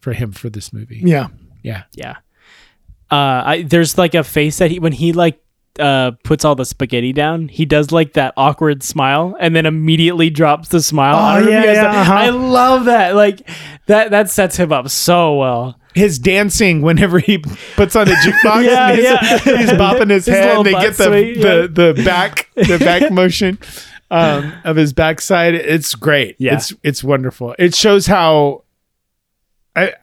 for him for this movie.
Yeah.
Yeah. Uh, I, there's like a face that he when he like uh puts all the spaghetti down, he does like that awkward smile and then immediately drops the smile.
Oh,
I don't know if you
yeah,
guys-
yeah, uh-huh.
I love that. Like that that sets him up so well.
His dancing whenever he puts on a jukebox,
Yeah,
and he's,
yeah.
he's bopping his,
His
head. And
little
they
butt
get the
swing, yeah.
the, the back the back motion um, of his backside. It's great.
Yeah.
it's it's wonderful. It shows how. I,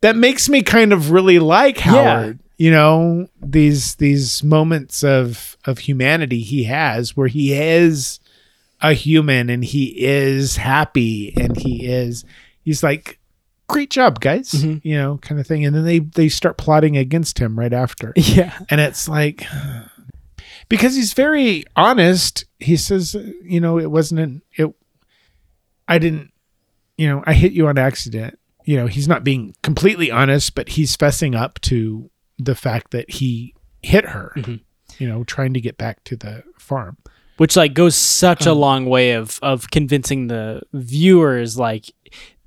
that makes me kind of really like Howard. You know these these moments of of humanity he has, where he is a human and he is happy and he is he's like great job guys
Mhm.
you know kind of thing and then they they start plotting against him right after
Yeah.
and it's like because he's very honest he says you know it wasn't an it i didn't you know i hit you on accident you know he's not being completely honest but he's fessing up to the fact that he hit her
Mhm.
you know trying to get back to the farm
Which like goes such a long way of of convincing the viewers like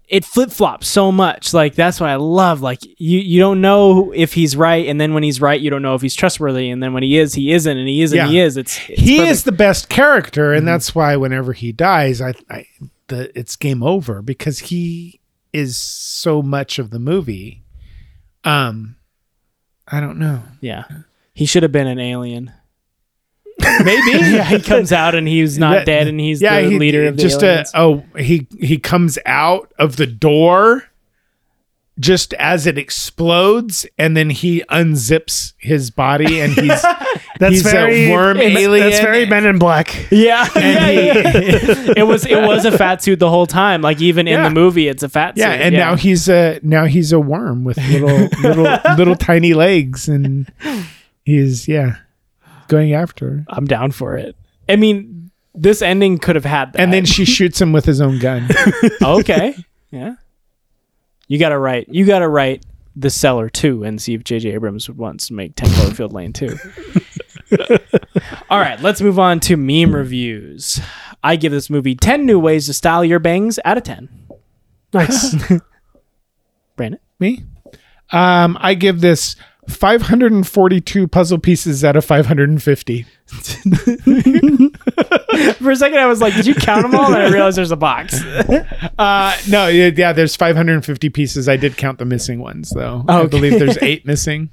it flip flops so much. Like that's what I love. Like you you don't know if he's right, and then when he's right, you don't know if he's trustworthy, and then when he is, he isn't, and he is, and
Yeah.
he is. It's, it's Mm-hmm.
he
perfect.
is the best character, and that's why whenever he dies, I, I the it's game over because he is so much of the movie. Um, I don't know.
Yeah. He should have been an alien.
Maybe
yeah, he comes out and he's not
That-
dead and he's
yeah, he,
the
uh, oh,
leader of the
just
aliens.
a oh he he comes out of the door just as it explodes, and then he unzips his body and he's
That's
he's
very
a worm
that's-
alien.
That's very Men in Black.
Yeah, yeah, yeah. it was it was a fat suit the whole time. Like even in
Yeah.
the movie, it's a fat
yeah,
suit.
and now he's a now he's a worm with little little little tiny legs, and he's yeah going after. her.
I'm down for it. I mean, this ending could have had that.
And then she shoots him with his own gun.
okay, yeah, you got to write. You got to write the seller too, and see if J.J. Abrams would wants to make Ten Cloverfield Lane too. All right, let's move on to meme reviews. I give this movie ten new ways to style your bangs out of ten.
Nice.
Brandon,
Me, um, I give this 542 puzzle pieces out of 550.
for a second, I was like, "Did you count them all?" And I realized there's a box.
Uh, no, yeah, yeah, there's 550 pieces. I did count the missing ones though. I
Okay.
believe there's eight missing.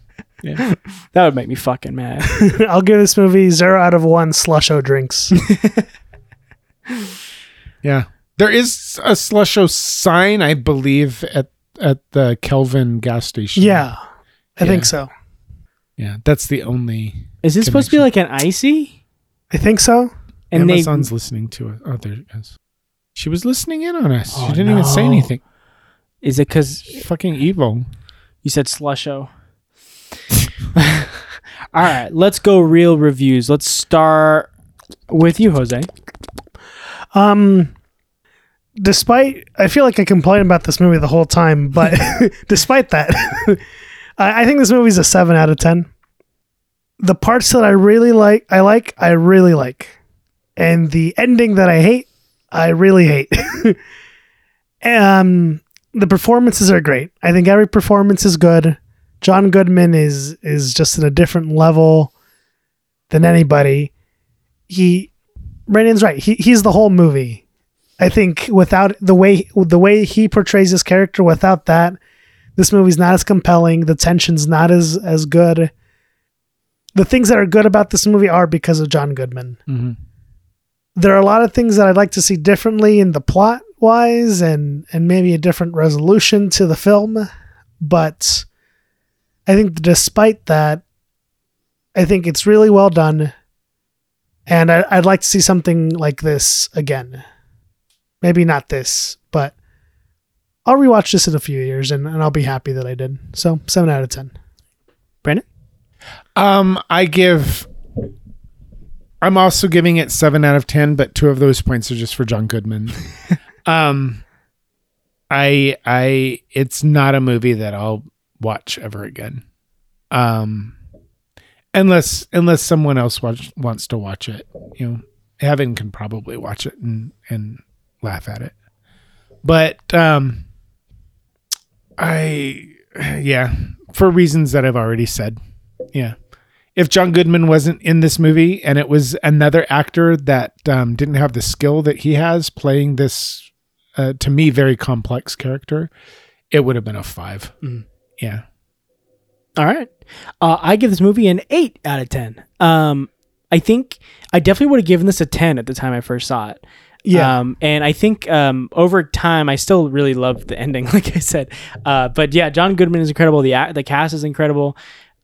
That would make me fucking mad.
I'll give this movie zero out of one slusho drinks.
Yeah, there is a slusho sign, I believe, at at the Kelvin gas station.
Yeah. I
Yeah.
think so.
yeah, that's the only.
Is this supposed to be like an icy?
I think so.
And
Amazon's listening to us. Oh, there it is. She was listening in on us. she didn't even say
Oh, no.
anything.
they is it because
Fucking evil.
you said slusho? All right, let's go real reviews. Let's start with you, Jose.
Um despite I feel like I complain about this movie the whole time, but despite that, I, I think this movie's a seven out of ten. The parts that I really like I like, I really like. And the ending that I hate, I really hate. um the performances are great. I think every performance is good. John Goodman is is just at a different level than anybody. He Brandon's right. He he's the whole movie. I think without the way the way he portrays his character, without that, this movie's not as compelling. The tension's not as as good. The things that are good about this movie are because of John Goodman.
Mm-hmm.
Mhm.
There are a lot of things that I'd like to see differently in the plot wise, and and maybe a different resolution to the film. But I think despite that, I think it's really well done and I, I'd like to see something like this again. Maybe not this, but I'll rewatch this in a few years, and, and I'll be happy that I did. So seven out of ten.
Brandon,
Um, I give. I'm also giving it seven out of ten, but two of those points are just for John Goodman. um, I I it's not a movie that I'll watch ever again. Um, unless unless someone else watch, wants to watch it, you know, Evan can probably watch it and and laugh at it. But um, I yeah, for reasons that I've already said. Yeah. If John Goodman wasn't in this movie and it was another actor that um, didn't have the skill that he has playing this, uh, to me, very complex character, it would have been a five.
Mm.
Yeah.
all right. Uh, I give this movie an eight out of ten. Um, I think I definitely would have given this a ten at the time I first saw it.
Yeah.
Um, and I think um, over time, I still really loved the ending, like I said. Uh, but yeah, John Goodman is incredible. The act- the cast is incredible.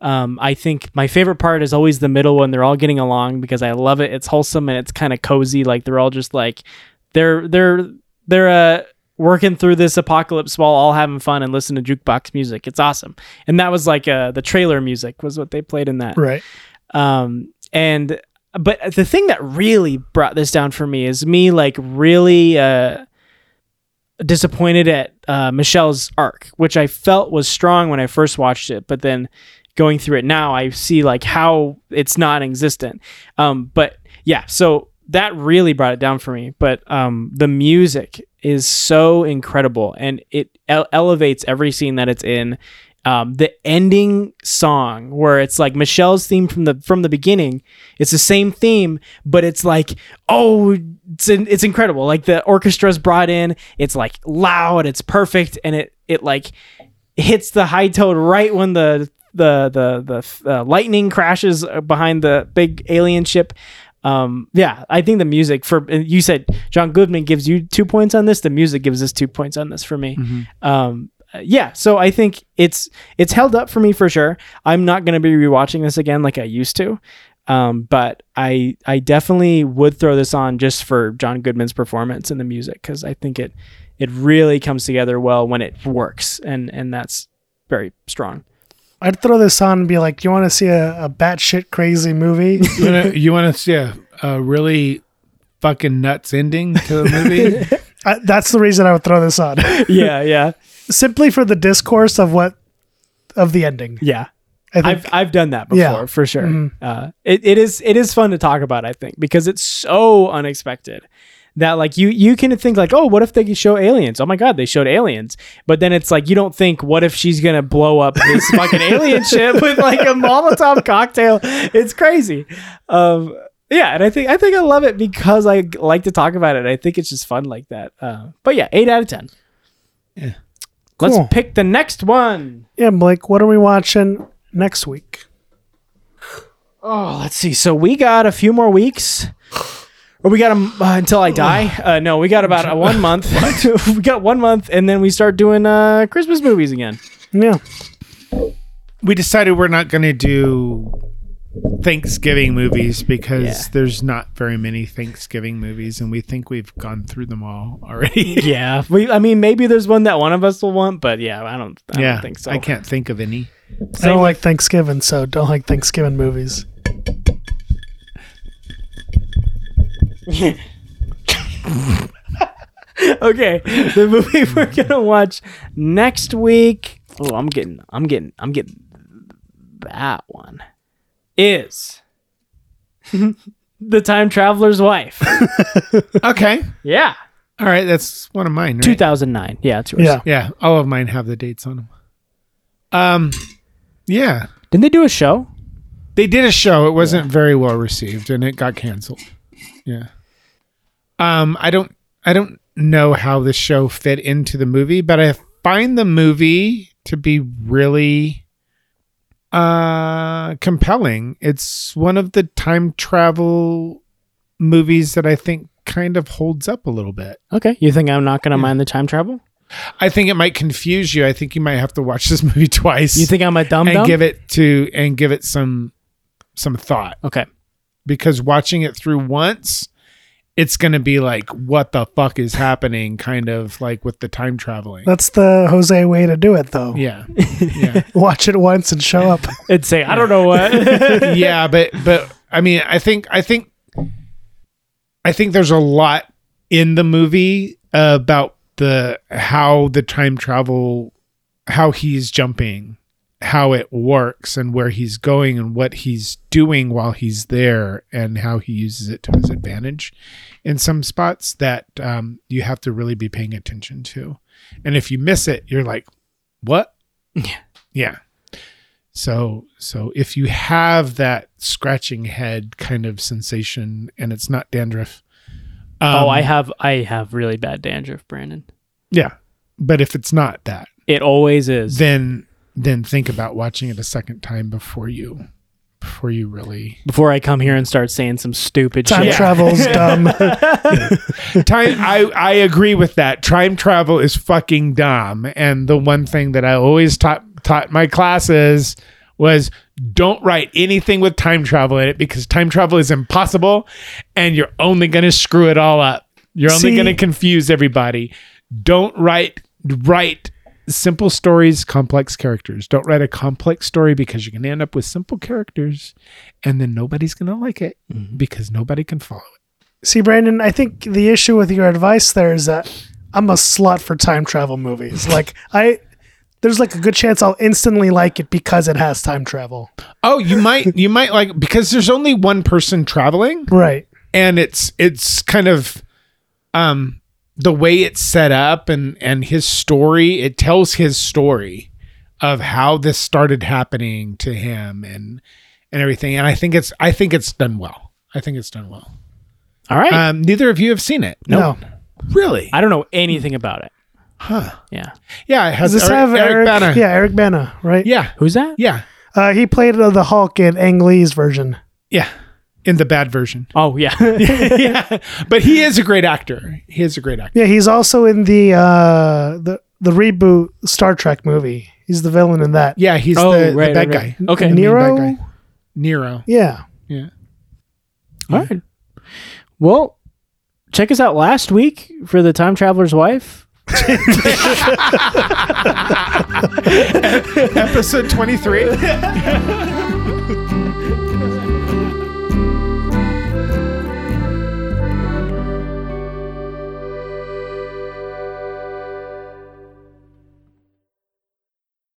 Um, I think my favorite part is always the middle when they're all getting along because I love it. It's wholesome and it's kind of cozy. Like they're all just like they're they're they're uh, working through this apocalypse while all having fun and listening to jukebox music. It's awesome. And that was like uh, the trailer music was what they played in that.
Right.
Um, and but the thing that really brought this down for me is me like really uh, disappointed at uh, Michelle's arc, which I felt was strong when I first watched it, but then going through it now, I see like how it's non-existent. Um, but yeah, so that really brought it down for me. But um, the music is so incredible, and it ele- elevates every scene that it's in. Um, the ending song where it's like Michelle's theme from the from the beginning. It's the same theme, but it's like oh, it's in, it's incredible. Like the orchestra's brought in. It's like loud. It's perfect, and it it like hits the high toad right when the the the the uh, lightning crashes uh, behind the big alien ship. Um, yeah, I think the music for and you said John Goodman gives you two points on this. The music gives us two points on this for me. Um, uh, yeah, so I think it's it's held up for me for sure. I'm not going to be rewatching this again like I used to. Um, but I I definitely would throw this on just for John Goodman's performance and the music cuz I think it it really comes together well when it works and and that's very strong.
I'd throw this on and be like, "Do you want to see a, a batshit crazy movie?"
You wanna- you want to see a, a really fucking nuts ending to a movie?
I, that's the reason I would throw this on,
yeah, yeah.
simply for the discourse of what of the ending.
Yeah.
I think
I've I've done that before
Yeah.
for sure.
Mhm.
Uh, it, it is it is fun to talk about, I think, because it's so unexpected that like you you can think like, oh, what if they could show aliens? Oh my god, they showed aliens. But then it's like you don't think, what if she's gonna blow up this fucking alien ship with like a Molotov cocktail? It's crazy. Um, yeah, and I think I think I love it because I g- like to talk about it. I think it's just fun like that. Uh, but yeah, eight out of ten.
Yeah.
Cool.
Let's pick the next one.
yeah, Blake. What are we watching next week?
Oh, let's see. So we got a few more weeks. Or we got 'em, uh, until I die. Uh, no, we got about a one month. we got one month, and then we start doing uh, Christmas movies again.
Yeah,
we decided we're not going to do Thanksgiving movies because
Yeah.
there's not very many Thanksgiving movies, and we think we've gone through them all already.
Yeah, we. I mean, maybe there's one that one of us will want, but yeah, I don't. I
yeah,
don't think so.
I can't think of any.
I
Same
don't like Thanksgiving, so don't like Thanksgiving movies.
okay, the movie we're gonna watch next week. Oh, I'm getting, I'm getting, I'm getting that one is the time traveler's wife.
Okay,
Yeah,
all right, that's one of mine. Right?
2009. Yeah, it's yours.
Yeah,
Yeah, all of mine have the dates on them. Um, yeah,
Didn't they do a show?
they did a show. It wasn't very well received, and it got canceled. Yeah. Um, I don't, I don't know how the show fit into the movie, but I find the movie to be really uh compelling. It's one of the time travel movies that I think kind of holds up a little bit.
Okay. You think I'm not going to mind the time travel?
I think it might confuse you. I think you might have to watch this movie twice
You think I'm a dumb
and
dumb?
give it to and give it some some thought
okay.
because watching it through once it's going to be like what the fuck is happening kind of like with the time traveling
that's the Jose way to do it, though.
yeah yeah
Watch it once and show up.
It'd say, I don't know what.
yeah but but i mean i think i think i think there's a lot in the movie about the how the time travel how he's jumping how it works and where he's going and what he's doing while he's there and how he uses it to his advantage in some spots that um, you have to really be paying attention to and if you miss it you're like what yeah so so if you have that scratching head kind of sensation and it's not dandruff.
oh,
um,
I have, I have really bad dandruff, Brandon.
yeah. But if it's not that,
It always is.
then then think about watching it a second time before you before you really
Before I come here and start saying some stupid
Time
shit.
travel's dumb.
time I, I agree with that. Time travel is fucking dumb. And the one thing that I always taught taught my classes was don't write anything with time travel in it because time travel is impossible and you're only gonna screw it all up. You're only
See-
gonna confuse everybody. Don't write write simple stories, complex characters. Don't write a complex story because you're gonna end up with simple characters and then nobody's gonna like it because nobody can follow it.
See, Brandon, I think the issue with your advice there is that I'm a slut for time travel movies. Like I there's like a good chance I'll instantly like it because it has time travel.
Oh, you might you might like because there's only one person traveling
Right.
and it's it's kind of um the way it's set up and and his story, it tells his story of how this started happening to him and and everything. And I think it's I think it's done well. I think it's done well.
All right.
Um neither of you have seen it.
No.
Really?
I don't know anything about it.
Huh.
Yeah.
Yeah, it has
Does this
Eric,
have
Eric
Eric,
Bana.
Yeah, Eric Bana, right?
Yeah.
Who's that?
Yeah.
Uh, he played uh, the Hulk in Ang Lee's version.
Yeah. In the bad version.
Oh, yeah.
yeah. But he is a great actor. He is a great actor.
Yeah, he's also in the uh the the reboot Star Trek movie. He's the villain in that.
Yeah, he's
Oh,
the, the
right,
bad
right, right.
guy.
Okay.
I mean,
Nero?
bad guy. Nero.
Yeah.
All right. Well, check us out last week for the time traveler's wife.
Episode 23.